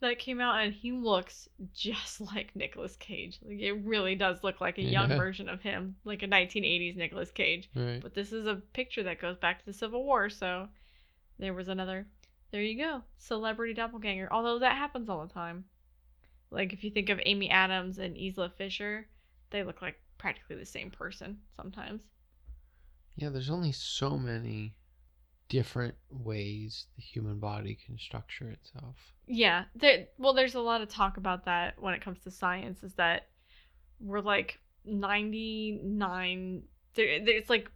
Speaker 2: that came out, and he looks just like Nicolas Cage. Like it really does look like a young
Speaker 1: Yeah.
Speaker 2: version of him, like a 1980s Nicolas Cage.
Speaker 1: Right.
Speaker 2: But this is a picture that goes back to the Civil War, so there was another. There you go, celebrity doppelganger. Although that happens all the time. Like if you think of Amy Adams and Isla Fisher, they look like practically the same person sometimes.
Speaker 1: Yeah, there's only so many different ways the human body can structure itself.
Speaker 2: Yeah, there. Well, there's a lot of talk about that when it comes to science. Is that we're like 99. There, there- it's like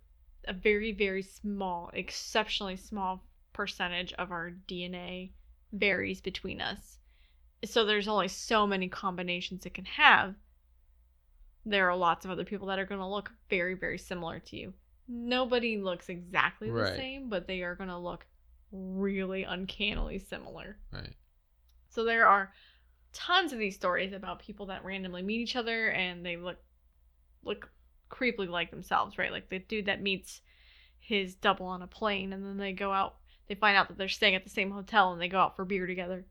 Speaker 2: a very, very small, exceptionally small percentage of our DNA varies between us. So there's only so many combinations it can have. There are lots of other people that are going to look very, very similar to you. Nobody looks exactly the
Speaker 1: Right.
Speaker 2: same, but they are going to look really uncannily similar.
Speaker 1: Right.
Speaker 2: So there are tons of these stories about people that randomly meet each other and they look look creepily like themselves, right? Like the dude that meets his double on a plane and then they go out they find out that they're staying at the same hotel and they go out for beer together.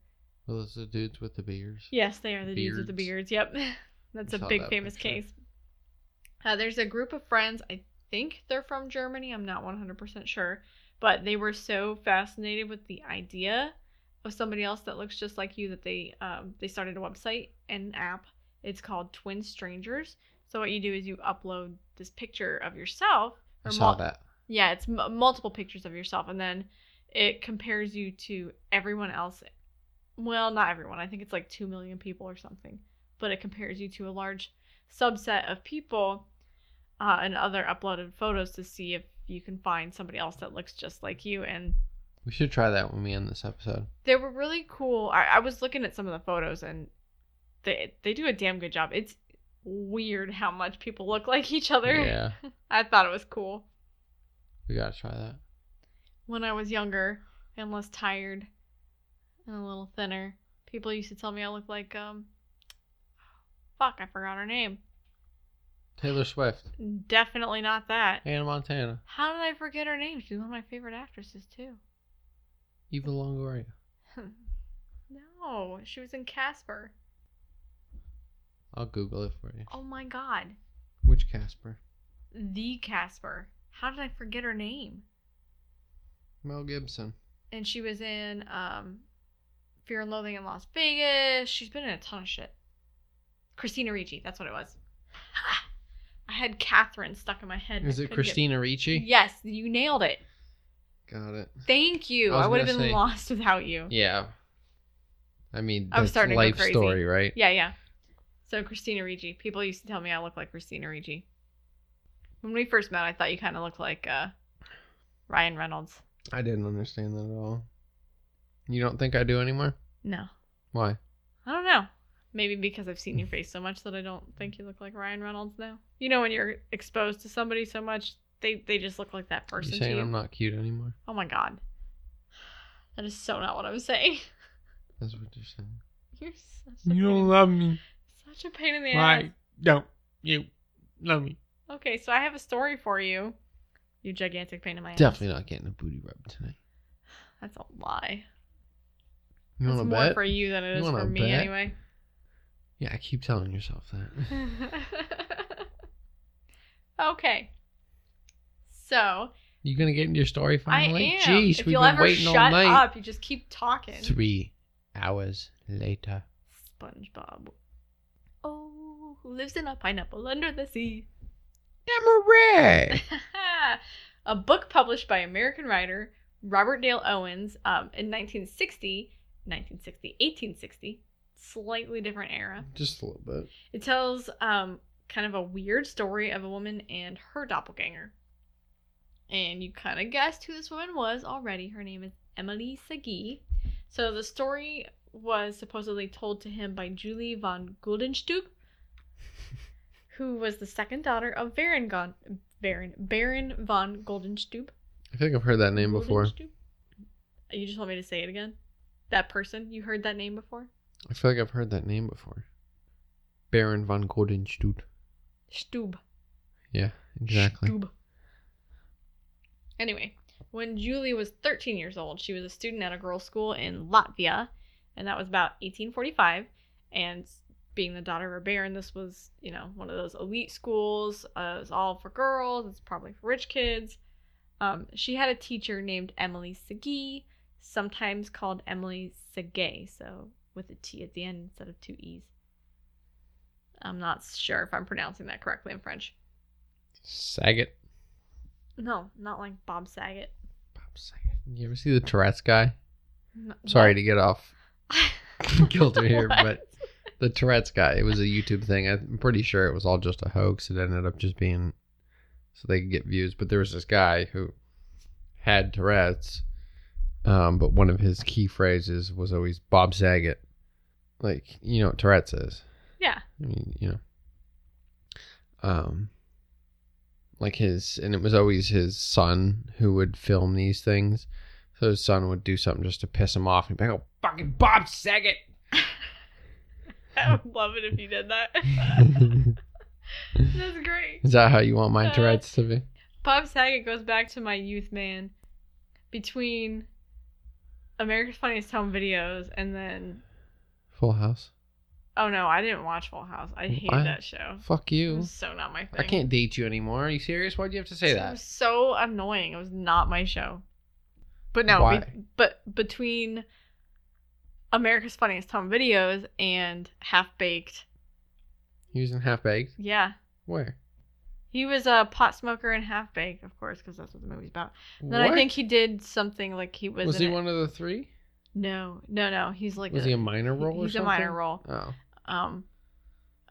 Speaker 1: Well, those are the dudes with the beers.
Speaker 2: Yes, they are the dudes with the
Speaker 1: Beards.
Speaker 2: beards. Yep. That's a
Speaker 1: Saw
Speaker 2: big
Speaker 1: that
Speaker 2: famous
Speaker 1: picture.
Speaker 2: case. Uh, there's a group of friends. I think they're from Germany. I'm not 100% sure. But they were so fascinated with the idea of somebody else that looks just like you that they um, they started a website and an app. It's called Twin Strangers. So what you do is you upload this picture of yourself.
Speaker 1: I
Speaker 2: or
Speaker 1: saw
Speaker 2: mul-
Speaker 1: that.
Speaker 2: yeah, it's m- multiple pictures of yourself, and then it compares you to everyone else. Well, not everyone. I think it's like 2 million people or something. But it compares you to a large subset of people uh, and other uploaded photos to see if you can find somebody else that looks just like you. And
Speaker 1: We should try that when we end this episode.
Speaker 2: they were really cool. I, I was looking at some of the photos, and they, they do a damn good job. It's weird how much people look like each other.
Speaker 1: Yeah,
Speaker 2: I thought it was cool.
Speaker 1: we gotta try that.
Speaker 2: when I was younger and less tired and a little thinner, people used to tell me I looked like um fuck, I forgot her name.
Speaker 1: Taylor Swift,
Speaker 2: Definitely not that.
Speaker 1: Hannah Montana,
Speaker 2: How did I forget her name? She's one of my favorite actresses too.
Speaker 1: Eva Longoria.
Speaker 2: no, she was in Casper.
Speaker 1: I'll Google it for you.
Speaker 2: Oh my god.
Speaker 1: Which Casper?
Speaker 2: The Casper. How did I forget her name?
Speaker 1: Mel Gibson.
Speaker 2: And she was in um Fear and Loathing in Las Vegas. She's been in a ton of shit. Christina Ricci, that's what it was. I had Catherine stuck in my head. and
Speaker 1: Is
Speaker 2: I
Speaker 1: it
Speaker 2: couldn't get-
Speaker 1: Christina Ricci?
Speaker 2: Yes, you nailed it.
Speaker 1: Got it.
Speaker 2: Thank you.
Speaker 1: I was
Speaker 2: I, would have
Speaker 1: gonna
Speaker 2: been
Speaker 1: say-
Speaker 2: lost without you.
Speaker 1: Yeah. I mean,
Speaker 2: I was
Speaker 1: that's
Speaker 2: starting to go
Speaker 1: life
Speaker 2: crazy.
Speaker 1: story, right?
Speaker 2: Yeah, yeah. So Christina Ricci. People used to tell me I look like Christina Ricci. When we first met, I thought you kind of looked like uh, Ryan Reynolds.
Speaker 1: I didn't understand that at all. You don't think I do anymore?
Speaker 2: No,
Speaker 1: Why?
Speaker 2: I don't know. Maybe because I've seen your face so much that I don't think you look like Ryan Reynolds now. You know, when you're exposed to somebody so much, they they just look like that person
Speaker 1: you
Speaker 2: to
Speaker 1: saying
Speaker 2: you.
Speaker 1: I'm not cute anymore?
Speaker 2: oh my god, that is so not what I was saying.
Speaker 1: That's what you're saying.
Speaker 2: You're such a, pain,
Speaker 1: love me.
Speaker 2: such a pain in the ass.
Speaker 1: don't you love me?
Speaker 2: Okay, so I have a story for you. You gigantic pain in my ass.
Speaker 1: Definitely not getting a booty rub tonight.
Speaker 2: That's a lie.
Speaker 1: You
Speaker 2: That's
Speaker 1: want to
Speaker 2: more
Speaker 1: bet?
Speaker 2: for you than it
Speaker 1: You
Speaker 2: is
Speaker 1: wanna
Speaker 2: for me
Speaker 1: bet?
Speaker 2: anyway.
Speaker 1: Yeah, I keep telling yourself that.
Speaker 2: okay. So
Speaker 1: You gonna get into your story finally?
Speaker 2: I am.
Speaker 1: Jeez,
Speaker 2: if
Speaker 1: we've
Speaker 2: you'll
Speaker 1: been
Speaker 2: ever
Speaker 1: waiting
Speaker 2: shut
Speaker 1: all night.
Speaker 2: up, you just keep talking.
Speaker 1: Three hours later.
Speaker 2: SpongeBob. Oh, who lives in a pineapple under the sea?
Speaker 1: Emery.
Speaker 2: a book published by American writer Robert Dale Owens um, in 1960, 1960, 1860, slightly different era.
Speaker 1: Just a little bit.
Speaker 2: It tells um, kind of a weird story of a woman and her doppelganger. And you kind of guessed who this woman was already. Her name is Emily Sagi. So the story was supposedly told to him by Julie von Guldenstub, who was the second daughter of Baron, Gon- Baron, Baron von Goldenstub.
Speaker 1: I think I've heard that name before.
Speaker 2: Goldenstub? You just want me to say it again? That person? You heard that name before?
Speaker 1: I feel like I've heard that name before. Baron von Goldenstut.
Speaker 2: Stub.
Speaker 1: Yeah, exactly.
Speaker 2: Stube. Anyway, when Julie was 13 years old, she was a student at a girls' school in Latvia, and that was about 1845. And being the daughter of a baron, this was, you know, one of those elite schools. Uh, it's all for girls, it's probably for rich kids. Um, she had a teacher named Emily Sagi, sometimes called Emily Segay, so with a T at the end instead of two E's. I'm not sure if I'm pronouncing that correctly in French.
Speaker 1: Saget.
Speaker 2: No, not like Bob Saget.
Speaker 1: Bob Saget. You ever see the Tourette's guy?
Speaker 2: No-
Speaker 1: Sorry to get off
Speaker 2: what?
Speaker 1: kilter here,
Speaker 2: What?
Speaker 1: but the Tourette's guy. It was a YouTube thing. I'm pretty sure it was all just a hoax. It ended up just being so they could get views. But there was this guy who had Tourette's, um, but one of his key phrases was always Bob Saget. Like you know what Tourette's is.
Speaker 2: Yeah.
Speaker 1: I mean, you know. Um like his and it was always his son who would film these things. So his son would do something just to piss him off. And he'd be like, oh, fucking Bob Saget.
Speaker 2: I would love it if you did that. That's great.
Speaker 1: Is that how you want my Tourette's to be?
Speaker 2: Bob Saget goes back to my youth, man. Between America's Funniest Home Videos and then,
Speaker 1: Full House.
Speaker 2: oh no, I didn't watch Full House. I hated
Speaker 1: Why?
Speaker 2: that show.
Speaker 1: Fuck
Speaker 2: It
Speaker 1: you.
Speaker 2: was so not my thing.
Speaker 1: I can't date you anymore. Are you serious? Why'd you have to say
Speaker 2: It
Speaker 1: that?
Speaker 2: was so annoying. It was not my show. But no,
Speaker 1: Why?
Speaker 2: be- but between America's Funniest Home Videos and Half Baked,
Speaker 1: He was in half baked.
Speaker 2: yeah,
Speaker 1: Where?
Speaker 2: he was a pot smoker in Half Baked, of course, because that's what the movie's about. Then I
Speaker 1: What?
Speaker 2: think he did something like he was.
Speaker 1: was
Speaker 2: in
Speaker 1: he
Speaker 2: it.
Speaker 1: one of the three?
Speaker 2: No, no, no. He's like
Speaker 1: Was
Speaker 2: a,
Speaker 1: he a minor role? or
Speaker 2: he's a
Speaker 1: something?
Speaker 2: minor role.
Speaker 1: Oh,
Speaker 2: Um,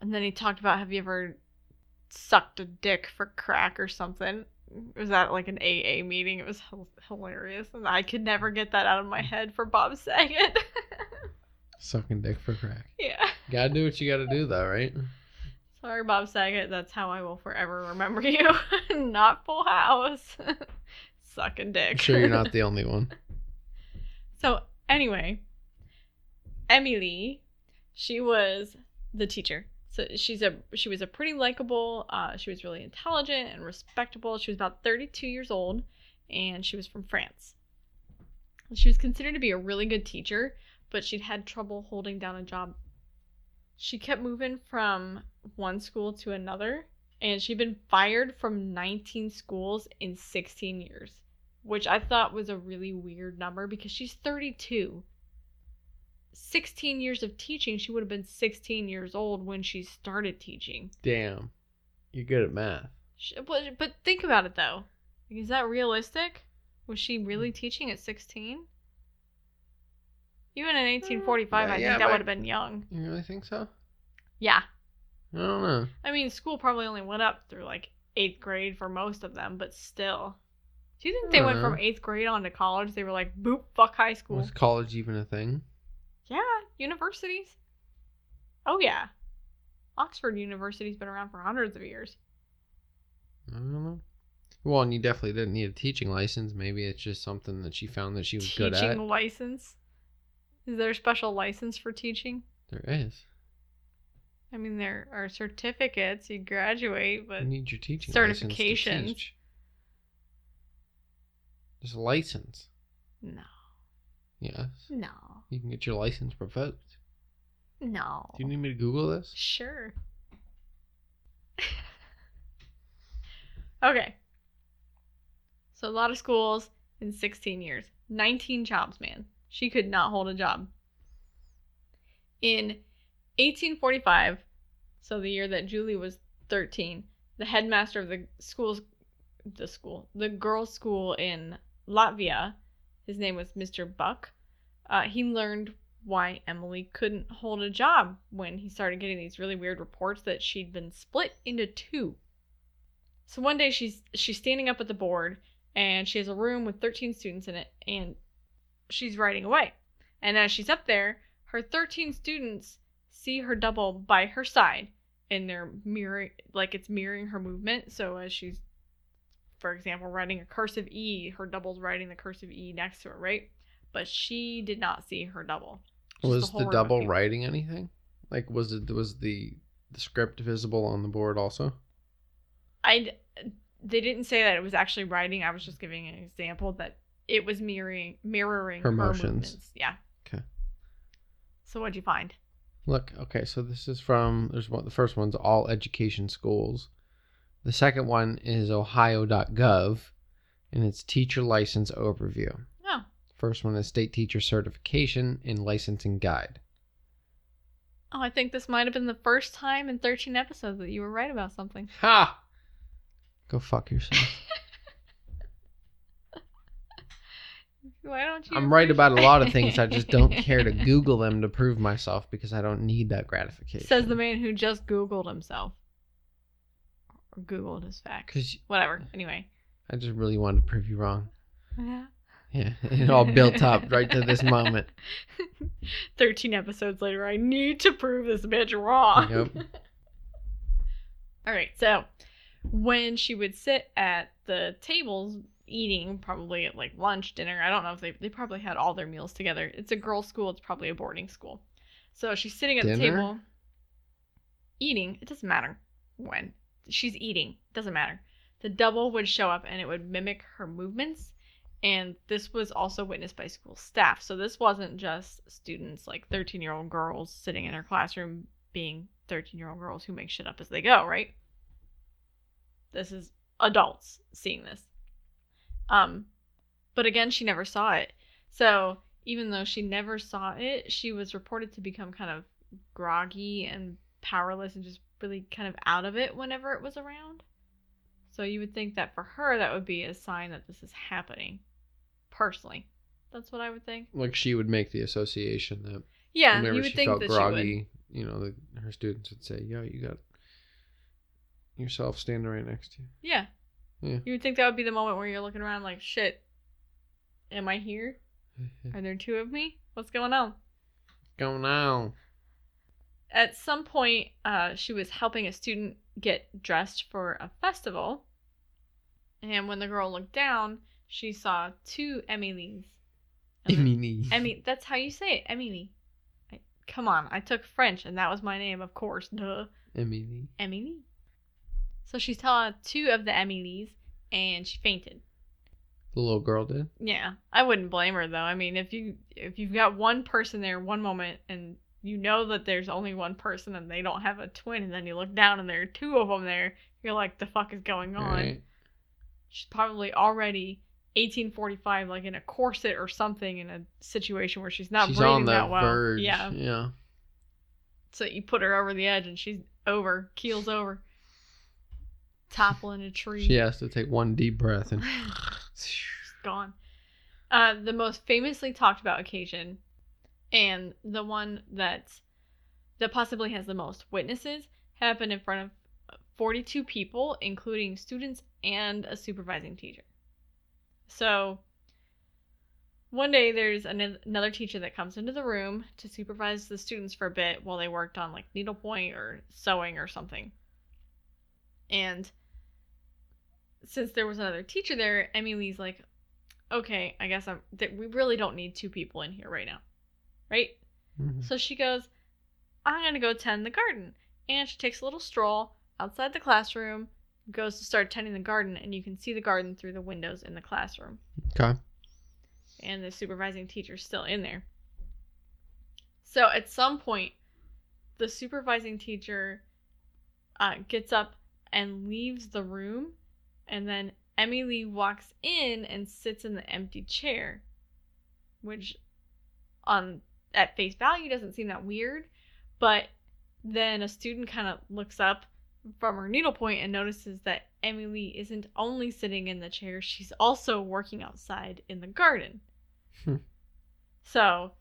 Speaker 2: and then he talked about have you ever sucked a dick for crack or something? It was at like an AA meeting. It was hil- hilarious, and I could never get that out of my head for Bob Saget.
Speaker 1: sucking dick for crack.
Speaker 2: yeah,
Speaker 1: Gotta do what you gotta do, though, right?
Speaker 2: sorry, Bob Saget. That's how I will forever remember you. not Full House, sucking dick.
Speaker 1: I'm sure you're not the only one.
Speaker 2: So anyway, Emily, she was the teacher. So she's a she was a pretty likable. Uh, she was really intelligent and respectable. She was about 32 years old, and she was from France. And she was considered to be a really good teacher, but she'd had trouble holding down a job. She kept moving from one school to another, and she'd been fired from 19 schools in 16 years which I thought was a really weird number because she's 32. 16 years of teaching, she would have been 16 years old when she started teaching.
Speaker 1: Damn, you're good at math.
Speaker 2: Sh but, but think about it though. Like, Is that realistic? Was she really teaching at 16? Even in 1845,
Speaker 1: Yeah,
Speaker 2: I
Speaker 1: yeah,
Speaker 2: think that
Speaker 1: but-
Speaker 2: would have been young.
Speaker 1: You really think so?
Speaker 2: Yeah.
Speaker 1: I don't know.
Speaker 2: I mean, school probably only went up through like eighth grade for most of them, but still. Do you think they went
Speaker 1: Uh.
Speaker 2: from eighth grade on to college? They were like, boop, fuck high school.
Speaker 1: Was college even a thing?
Speaker 2: Yeah, universities. Oh yeah. Oxford University's been around for hundreds of years.
Speaker 1: I don't know. Well, and you definitely didn't need a teaching license. Maybe it's just something that she found that she was
Speaker 2: teaching
Speaker 1: good at.
Speaker 2: license. Is there a special license for teaching?
Speaker 1: There is.
Speaker 2: I mean there are certificates, you graduate, but
Speaker 1: You need your teaching license to
Speaker 2: certifications.
Speaker 1: teach. There's a license.
Speaker 2: no.
Speaker 1: Yes.
Speaker 2: No.
Speaker 1: You can get your license revoked.
Speaker 2: No.
Speaker 1: Do you need me to Google this?
Speaker 2: Sure. okay. So a lot of schools in 16 years. 19 jobs, man. She could not hold a job. In 1845, so the year that Julie was 13, the headmaster of the school's the school, the girls' school in Latvia, his name was Mr. Buck. Uh, he learned why Emily couldn't hold a job when he started getting these really weird reports that she'd been split into two. So one day she's she's standing up at the board and she has a room with 13 students in it and she's writing away. And as she's up there, her 13 students see her double by her side and they're mirroring like it's mirroring her movement. So as she's for example writing a cursive E, her double's writing the cursive E next to her, right? But she did not see her double. Just
Speaker 1: was
Speaker 2: whole
Speaker 1: the
Speaker 2: room of
Speaker 1: double
Speaker 2: people.
Speaker 1: writing anything? Like was it was the the script visible on the board also?
Speaker 2: I they didn't say that it was actually writing. I was just giving an example that it was mirroring mirroring
Speaker 1: Her
Speaker 2: her,
Speaker 1: motions.
Speaker 2: movements. Yeah.
Speaker 1: Okay.
Speaker 2: So what'd you find?
Speaker 1: Look, okay, so this is from there's one the first one's all education schools. The second one is ohio.gov and it's teacher license overview.
Speaker 2: Oh,
Speaker 1: First one is state teacher certification and licensing guide.
Speaker 2: oh, I think this might have been the first time in 13 episodes that you were right about something.
Speaker 1: Ha. Go fuck yourself.
Speaker 2: Why don't you?
Speaker 1: I'm right about a lot of things. I just don't care to Google them to prove myself because I don't need that gratification.
Speaker 2: Says the man who just Googled himself. Or Googled his facts.
Speaker 1: Because
Speaker 2: Whatever. Anyway.
Speaker 1: I just really wanted to prove you wrong.
Speaker 2: Yeah.
Speaker 1: Yeah, it all built up right to this moment.
Speaker 2: 13 episodes later, I need to prove this bitch wrong.
Speaker 1: Yep.
Speaker 2: All right, so when she would sit at the tables eating probably at like lunch, dinner. I don't know if they they probably had all their meals together. It's a girls' school. It's probably a boarding school. So she's sitting at the
Speaker 1: Dinner?
Speaker 2: table, eating. It doesn't matter when she's eating. It doesn't matter. The double would show up and it would mimic her movements. And this was also witnessed by school staff. So this wasn't just students like 13 year old girls sitting in her classroom being 13 year old girls who make shit up as they go, right? This is adults seeing this. Um, but again, she never saw it. So even though she never saw it, she was reported to become kind of groggy and powerless and just really kind of out of it whenever it was around. So you would think that for her, that would be a sign that this is happening. Personally, that's what I would think.
Speaker 1: Like she would make the association that
Speaker 2: Yeah,
Speaker 1: whenever
Speaker 2: you would
Speaker 1: she
Speaker 2: think
Speaker 1: felt
Speaker 2: that she would.
Speaker 1: groggy, you know, the, her students would say, "Yo, you got yourself standing right next to you."
Speaker 2: Yeah.
Speaker 1: Yeah.
Speaker 2: You would think that would be the moment where you're looking around like, shit, am I here? Are there two of me? What's going on?
Speaker 1: Go now.
Speaker 2: at some point, uh, she was helping a student get dressed for a festival. And when the girl looked down, she saw two Emily's. And the-
Speaker 1: Emily.
Speaker 2: Emmy, that's how you say it, Emily. I, come on, I took French, and that was my name, of course. Duh.
Speaker 1: Emily.
Speaker 2: Emily. So she saw two of the Emily's, and she fainted.
Speaker 1: The little girl did.
Speaker 2: Yeah, I wouldn't blame her though. I mean, if you if you've got one person there one moment and you know that there's only one person and they don't have a twin, and then you look down and there are two of them there, you're like, the fuck is going on?
Speaker 1: Right.
Speaker 2: She's probably already 1845, like in a corset or something, in a situation where she's not
Speaker 1: She's
Speaker 2: breathing
Speaker 1: on the
Speaker 2: that well.
Speaker 1: verge.
Speaker 2: Yeah,
Speaker 1: Yeah.
Speaker 2: so you put her over the edge and she's over, keels over, toppling a tree.
Speaker 1: She has to take one deep breath and.
Speaker 2: She's gone. Uh, the most famously talked about occasion, and the one that that possibly has the most witnesses, happened in front of 42 people, including students and a supervising teacher. So one day there's an, another teacher that comes into the room to supervise the students for a bit while they worked on like needlepoint or sewing or something. And since there was another teacher there, Emily's like, "Okay, I guess I'm that we really don't need two people in here right now." Right?
Speaker 1: Mhm.
Speaker 2: So she goes, I'm going to go tend the garden. And she takes a little stroll outside the classroom, goes to start tending the garden, and you can see the garden through the windows in the classroom.
Speaker 1: Okay.
Speaker 2: And the supervising teacher's still in there. So at some point, the supervising teacher uh, gets up and leaves the room, and then Emily walks in and sits in the empty chair, which on at face value doesn't seem that weird, but then a student kind of looks up from her needlepoint and notices that Emily isn't only sitting in the chair, she's also working outside in the garden.
Speaker 1: Hmm.
Speaker 2: So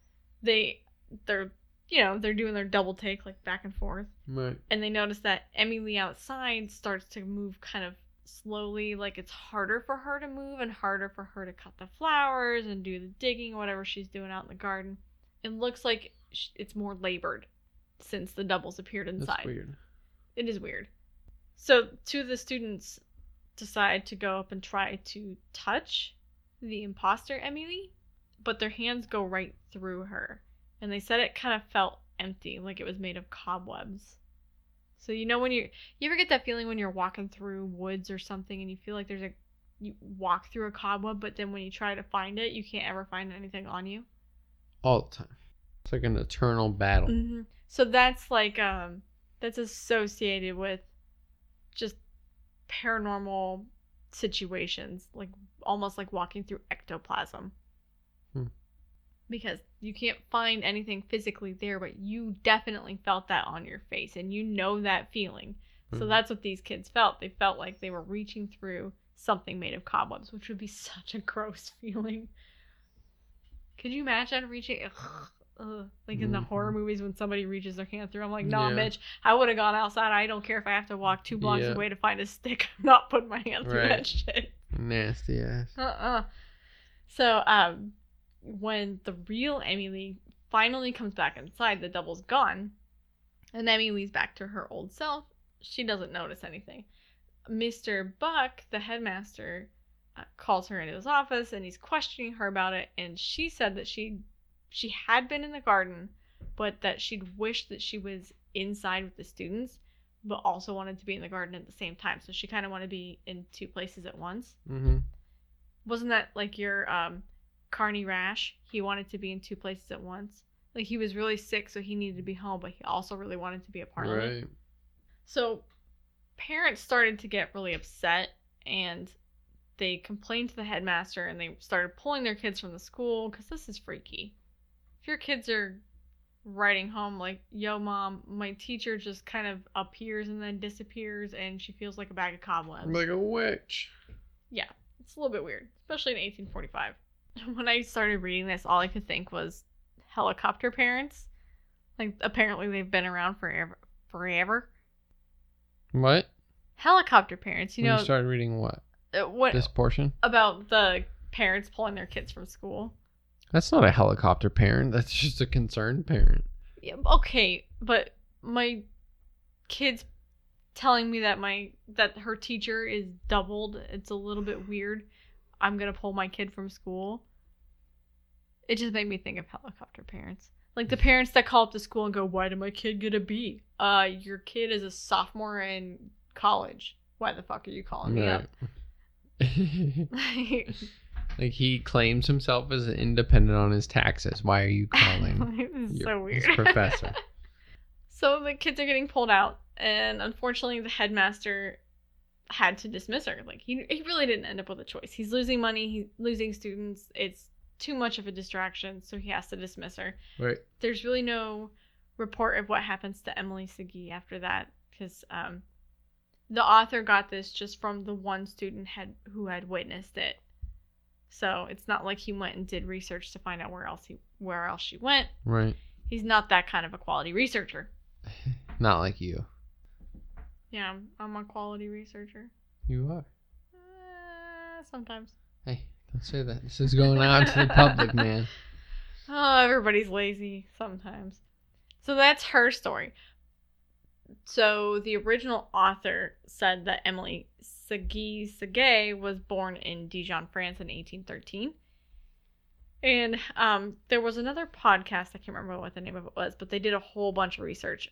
Speaker 2: they they're you know, they're doing their double take like back and forth
Speaker 1: Right.
Speaker 2: and they notice that Emily outside starts to move kind of slowly, like it's harder for her to move and harder for her to cut the flowers and do the digging, whatever she's doing out in the garden. It looks like sh- it's more labored since the doubles appeared
Speaker 1: That's
Speaker 2: inside.
Speaker 1: weird.
Speaker 2: It is weird. So two of the students decide to go up and try to touch the imposter Emily, but their hands go right through her. And they said it kind of felt empty, like it was made of cobwebs. So you know when you you ever get that feeling when you're walking through woods or something and you feel like there's a you walk through a cobweb, but then when you try to find it, you can't ever find anything on you.
Speaker 1: All the time. It's like an eternal battle.
Speaker 2: hmm So that's like um that's associated with just paranormal situations, like almost like walking through ectoplasm.
Speaker 1: Hmm.
Speaker 2: Because you can't find anything physically there, but you definitely felt that on your face and you know that feeling. So
Speaker 1: Mhm.
Speaker 2: that's what these kids felt. They felt like they were reaching through something made of cobwebs, which would be such a gross feeling. Could you imagine reaching ugh, ugh, like in the horror
Speaker 1: Mhm.
Speaker 2: movies when somebody reaches their hand through? I'm like, nah,
Speaker 1: Yeah.
Speaker 2: bitch, I would have gone outside. I don't care if I have to walk two blocks
Speaker 1: Yeah.
Speaker 2: away to find a stick. I'm not putting my hand through
Speaker 1: Right.
Speaker 2: that shit.
Speaker 1: Nasty ass.
Speaker 2: Uh-uh. So, um, when the real Emily finally comes back inside, the double's gone, and Emily's back to her old self. She doesn't notice anything. Mr. Buck, the headmaster, uh, calls her into his office and he's questioning her about it and she said that she she had been in the garden but that she'd wished that she was inside with the students but also wanted to be in the garden at the same time so she kind of wanted to be in two places at once
Speaker 1: Mm-hmm.
Speaker 2: wasn't that like your um carney rash he wanted to be in two places at once like he was really sick so he needed to be home but he also really wanted to be a part of it
Speaker 1: Right.
Speaker 2: so parents started to get really upset and they complained to the headmaster and they started pulling their kids from the school because this is freaky. If your kids are writing home like, yo, mom, my teacher just kind of appears and then disappears and she feels like a bag of cobwebs.
Speaker 1: Like a witch.
Speaker 2: It's a little bit weird, especially in 1845. When I started reading this, all I could think was helicopter parents. Like, apparently they've been around forever. Forever.
Speaker 1: What?
Speaker 2: Helicopter parents, you
Speaker 1: when
Speaker 2: know,
Speaker 1: you started reading what?
Speaker 2: Uh, what
Speaker 1: This portion?
Speaker 2: about the parents pulling their kids from school?
Speaker 1: That's not a helicopter parent. That's just a concerned parent.
Speaker 2: Yeah, okay, but my kids telling me that my that her teacher is doubled. It's a little bit weird. I'm gonna pull my kid from school. It just made me think of helicopter parents, like the parents that call up to school and go, "Why did my kid get a B? Uh, your kid is a sophomore in college. Why the fuck are you calling me up?"
Speaker 1: Right.
Speaker 2: Like,
Speaker 1: like he claims himself as independent on his taxes. Why are you calling?
Speaker 2: it was
Speaker 1: your-
Speaker 2: so weird.
Speaker 1: his professor.
Speaker 2: So the kids are getting pulled out, and unfortunately, the headmaster had to dismiss her. Like he, he really didn't end up with a choice. He's losing money, he's losing students. It's too much of a distraction, so he has to dismiss her.
Speaker 1: Right.
Speaker 2: There's really no report of what happens to Emily Segee after that, because um, the author got this just from the one student had who had witnessed it. So it's not like he went and did research to find out where else he where else she went.
Speaker 1: Right.
Speaker 2: He's not that kind of a quality researcher.
Speaker 1: Not like you.
Speaker 2: Yeah, I'm- I'm a quality researcher.
Speaker 1: You are.
Speaker 2: Uh, sometimes.
Speaker 1: Hey, don't say that. This is going out to the public, man.
Speaker 2: Oh, everybody's lazy sometimes. So that's her story. So the original author said that Emily Segee Segay was born in Dijon, France in 1813. And um, there was another podcast, I can't remember what the name of it was, but they did a whole bunch of research.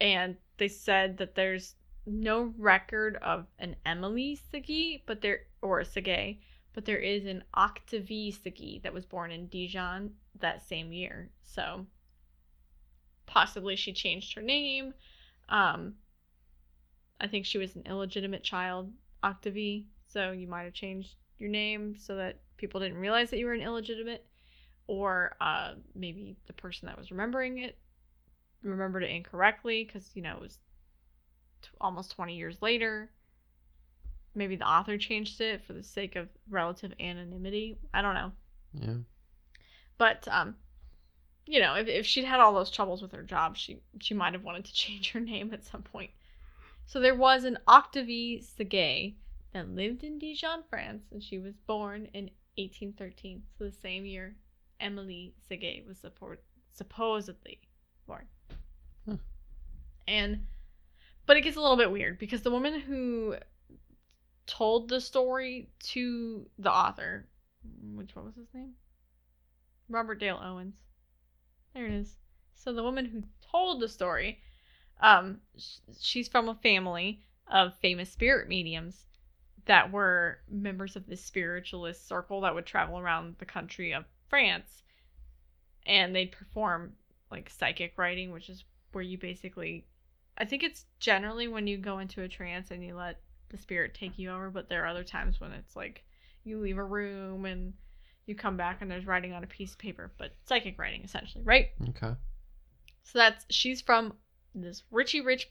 Speaker 2: And they said that there's no record of an Emily Segee, but there or Segay, but there is an Octavie Sigi that was born in Dijon that same year. So possibly she changed her name. Um, I think she was an illegitimate child, Octavie. So you might have changed your name so that people didn't realize that you were an illegitimate, or uh, maybe the person that was remembering it remembered it incorrectly because you know it was t- almost 20 years later maybe the author changed it for the sake of relative anonymity. I don't know.
Speaker 1: Yeah.
Speaker 2: But um you know, if, if she'd had all those troubles with her job, she she might have wanted to change her name at some point. So there was an Octavie Segay that lived in Dijon, France, and she was born in 1813. So the same year Emily Segay was support, supposedly born.
Speaker 1: Hmm.
Speaker 2: And but it gets a little bit weird because the woman who told the story to the author, which what was his name? Robert Dale Owens. There it is. So the woman who told the story, um, sh- she's from a family of famous spirit mediums that were members of this spiritualist circle that would travel around the country of France, and they'd perform like psychic writing, which is where you basically, I think it's generally when you go into a trance and you let the spirit take you over, but there are other times when it's like you leave a room and you come back and there's writing on a piece of paper, but psychic writing essentially, right?
Speaker 1: Okay.
Speaker 2: So that's she's from this richy rich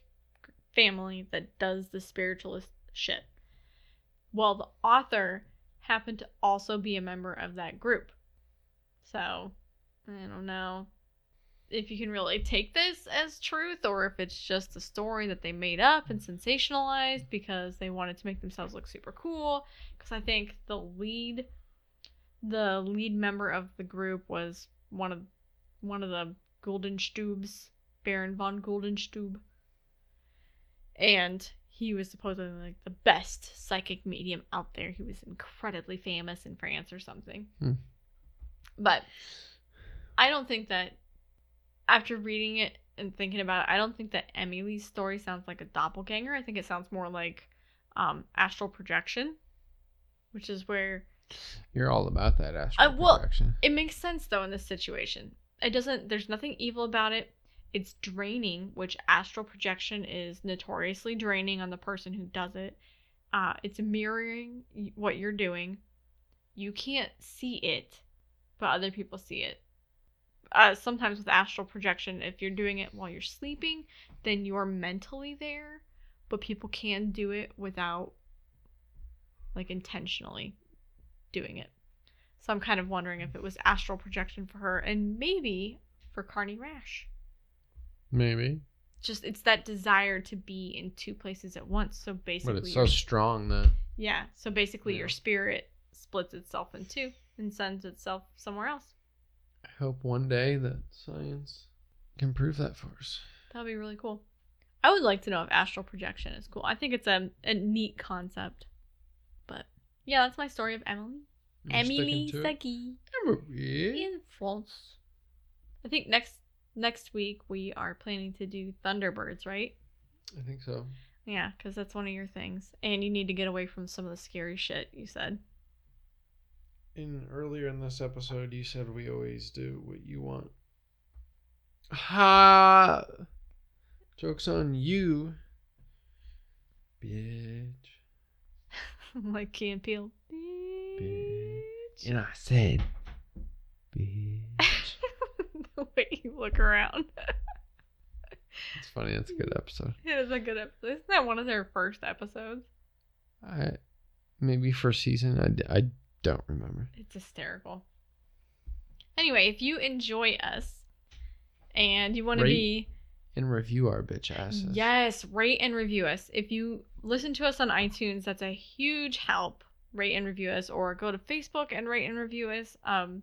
Speaker 2: family that does the spiritualist shit. Well, the author happened to also be a member of that group. So, I don't know if you can really take this as truth or if it's just a story that they made up and sensationalized because they wanted to make themselves look super cool because I think the lead the lead member of the group was one of one of the Guldenstubes, Baron von Guldenstube. And he was supposedly like the best psychic medium out there. He was incredibly famous in France or something.
Speaker 1: Hmm.
Speaker 2: But I don't think that after reading it and thinking about it, I don't think that Emily's story sounds like a doppelganger. I think it sounds more like um, astral projection, which is where
Speaker 1: You're all about that astral
Speaker 2: I- Uh, well,
Speaker 1: projection.
Speaker 2: it makes sense though in this situation. It doesn't there's nothing evil about it. It's draining, which astral projection is notoriously draining on the person who does it. Uh, it's mirroring y- what you're doing. You can't see it, but other people see it. Uh, sometimes with astral projection, if you're doing it while you're sleeping, then you're mentally there, but people can do it without, like, intentionally doing it. So I'm kind of wondering if it was astral projection for her and maybe for Carney Rash.
Speaker 1: Maybe.
Speaker 2: Just it's that desire to be in two places at once. So basically,
Speaker 1: But it's so
Speaker 2: your-
Speaker 1: strong that
Speaker 2: yeah. So basically, your
Speaker 1: Yeah.
Speaker 2: spirit splits itself in two and sends itself somewhere else.
Speaker 1: I hope one day that science can prove that for us.
Speaker 2: That would be really cool. I would like to know if astral projection is cool. I think it's a, a neat concept. But yeah, that's my story of Emily.
Speaker 1: You're sticking
Speaker 2: Emily
Speaker 1: to it?
Speaker 2: Sagi
Speaker 1: Emily.
Speaker 2: in France. I think next next week we are planning to do Thunderbirds, right?
Speaker 1: I think so.
Speaker 2: Yeah, because that's one of your things. And you need to get away from some of the scary shit you said.
Speaker 1: In earlier in this episode, you said we always do what you want. Ha! Jokes on you, bitch.
Speaker 2: like Key and Peele. Bitch.
Speaker 1: And I said, bitch. it's
Speaker 2: the way you look around.
Speaker 1: funny. That's a good episode.
Speaker 2: It is a good episode. Isn't that one of their first episodes?
Speaker 1: I maybe first season. I, d- I don't remember.
Speaker 2: It's hysterical. Anyway, if you enjoy us and you want to
Speaker 1: Rate
Speaker 2: be
Speaker 1: And review our bitch asses.
Speaker 2: Yes, rate and review us. If you listen to us on iTunes, that's a huge help. Rate and review us, or go to Facebook and rate and review us. Um,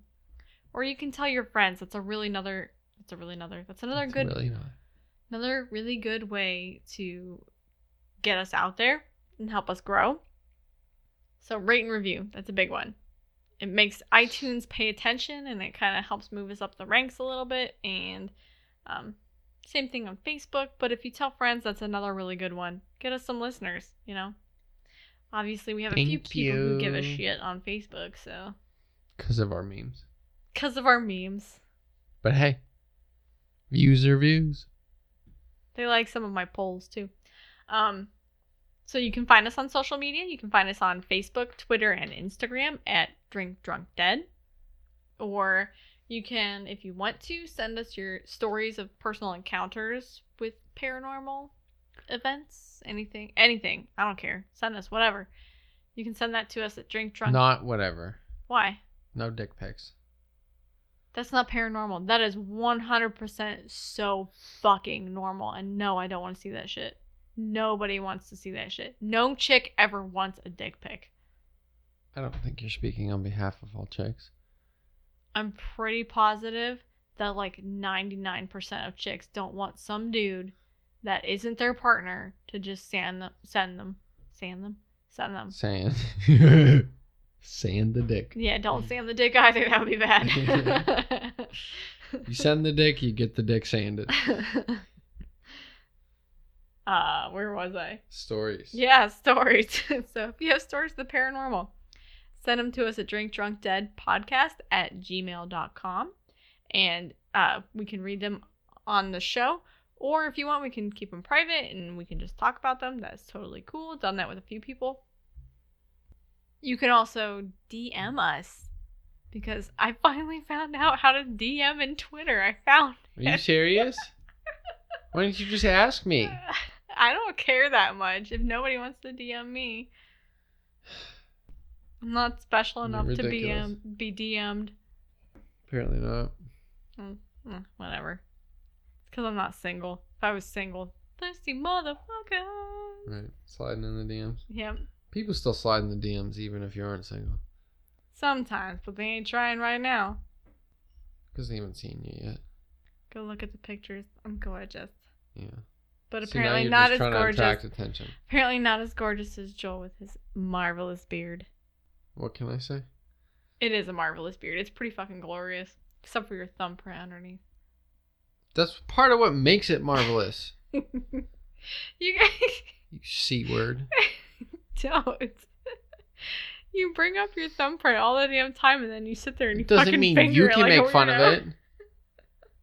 Speaker 2: or you can tell your friends. That's a really another. That's a really another. That's another
Speaker 1: It's
Speaker 2: good.
Speaker 1: Really not.
Speaker 2: Another really good way to get us out there and help us grow. So rate and review. That's a big one. It makes iTunes pay attention and it kind of helps move us up the ranks a little bit. And um, same thing on Facebook. But if you tell friends, that's another really good one. Get us some listeners, you know? Obviously, we have a few
Speaker 1: Thank
Speaker 2: people who give a
Speaker 1: you.
Speaker 2: shit on Facebook. So,
Speaker 1: because of our memes.
Speaker 2: because of our memes,
Speaker 1: But hey, views are views.
Speaker 2: They like some of my polls too. Um, so you can find us on social media. You can find us on Facebook, Twitter, and Instagram at Drink Drunk Dead. Or you can, if you want to, send us your stories of personal encounters with paranormal events, anything, anything. I don't care. Send us whatever. You can send that to us at Drink Drunk.
Speaker 1: Not whatever.
Speaker 2: Why?
Speaker 1: No dick pics.
Speaker 2: That's not paranormal. That is 100% so fucking normal. And no, I don't want to see that shit. Nobody wants to see that shit. No chick ever wants a dick pic.
Speaker 1: I don't think you're speaking on behalf of all chicks.
Speaker 2: I'm pretty positive that like 99% of chicks don't want some dude that isn't their partner to just send them, send them, send them, send them.
Speaker 1: Sand. Sand the dick.
Speaker 2: Yeah, don't send the dick either. That would be bad.
Speaker 1: You send the dick, you get the dick sanded.
Speaker 2: uh, where was I?
Speaker 1: Stories.
Speaker 2: Yeah, stories. so if you have stories of the paranormal, send them to us at drinkdrunkdeadpodcast at gmail.com. And uh, we can read them on the show. Or if you want, we can keep them private and we can just talk about them. That's totally cool. Done that with a few people. You can also DM us because I finally found out how to DM in Twitter. I found
Speaker 1: Are you serious? Why didn't you just ask me?
Speaker 2: I don't care that much if nobody wants to DM me. I'm not special
Speaker 1: You're
Speaker 2: enough to be
Speaker 1: ridiculous.
Speaker 2: um, be DM'd.
Speaker 1: Apparently not.
Speaker 2: Mm, whatever. It's because I'm not single. If I was single, thirsty motherfucker.
Speaker 1: Right. Sliding in the DMs.
Speaker 2: Yep.
Speaker 1: People still slide in the DMs even if you aren't single.
Speaker 2: Sometimes, but they ain't trying right now.
Speaker 1: Because they haven't seen you yet.
Speaker 2: Go look at the pictures. I'm gorgeous.
Speaker 1: Yeah.
Speaker 2: but
Speaker 1: See, now
Speaker 2: apparently
Speaker 1: you're
Speaker 2: not
Speaker 1: just
Speaker 2: as
Speaker 1: trying
Speaker 2: gorgeous.
Speaker 1: To attract attention.
Speaker 2: Apparently not as gorgeous as Joel with his marvelous beard.
Speaker 1: What can I say?
Speaker 2: It is a marvelous beard. It's pretty fucking glorious, except for your thumbprint underneath.
Speaker 1: That's part of what makes it marvelous.
Speaker 2: you guys
Speaker 1: You c word.
Speaker 2: don't. You bring up your thumbprint all the damn time, and then you sit there and you
Speaker 1: It doesn't
Speaker 2: fucking
Speaker 1: mean
Speaker 2: finger
Speaker 1: you
Speaker 2: it
Speaker 1: can
Speaker 2: like a
Speaker 1: make fun of
Speaker 2: weirdo.
Speaker 1: it.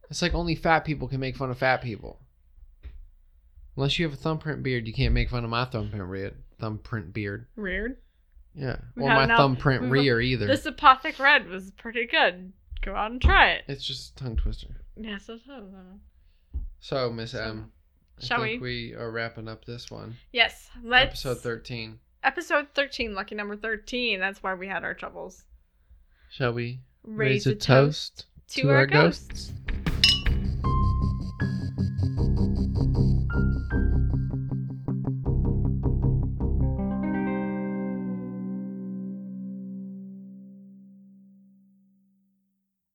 Speaker 1: It's like only fat people can make fun of fat people. Unless you have a thumbprint beard, you can't make fun of my thumbprint beard. Thumbprint beard.
Speaker 2: Weird.
Speaker 1: Yeah.
Speaker 2: We
Speaker 1: or
Speaker 2: have
Speaker 1: my
Speaker 2: now-
Speaker 1: thumbprint
Speaker 2: we've-
Speaker 1: rear either.
Speaker 2: This apothic red was pretty good. Go out and try it.
Speaker 1: It's just a tongue twister.
Speaker 2: Yes, uh, yes, yes, yes.
Speaker 1: So, Miss M, I
Speaker 2: Shall
Speaker 1: think we? are wrapping up this one.
Speaker 2: Yes, let's.
Speaker 1: Episode 13.
Speaker 2: Episode 13, lucky number 13. That's why we had our troubles.
Speaker 1: Shall we
Speaker 2: Raise, a, toast, to, our, ghosts.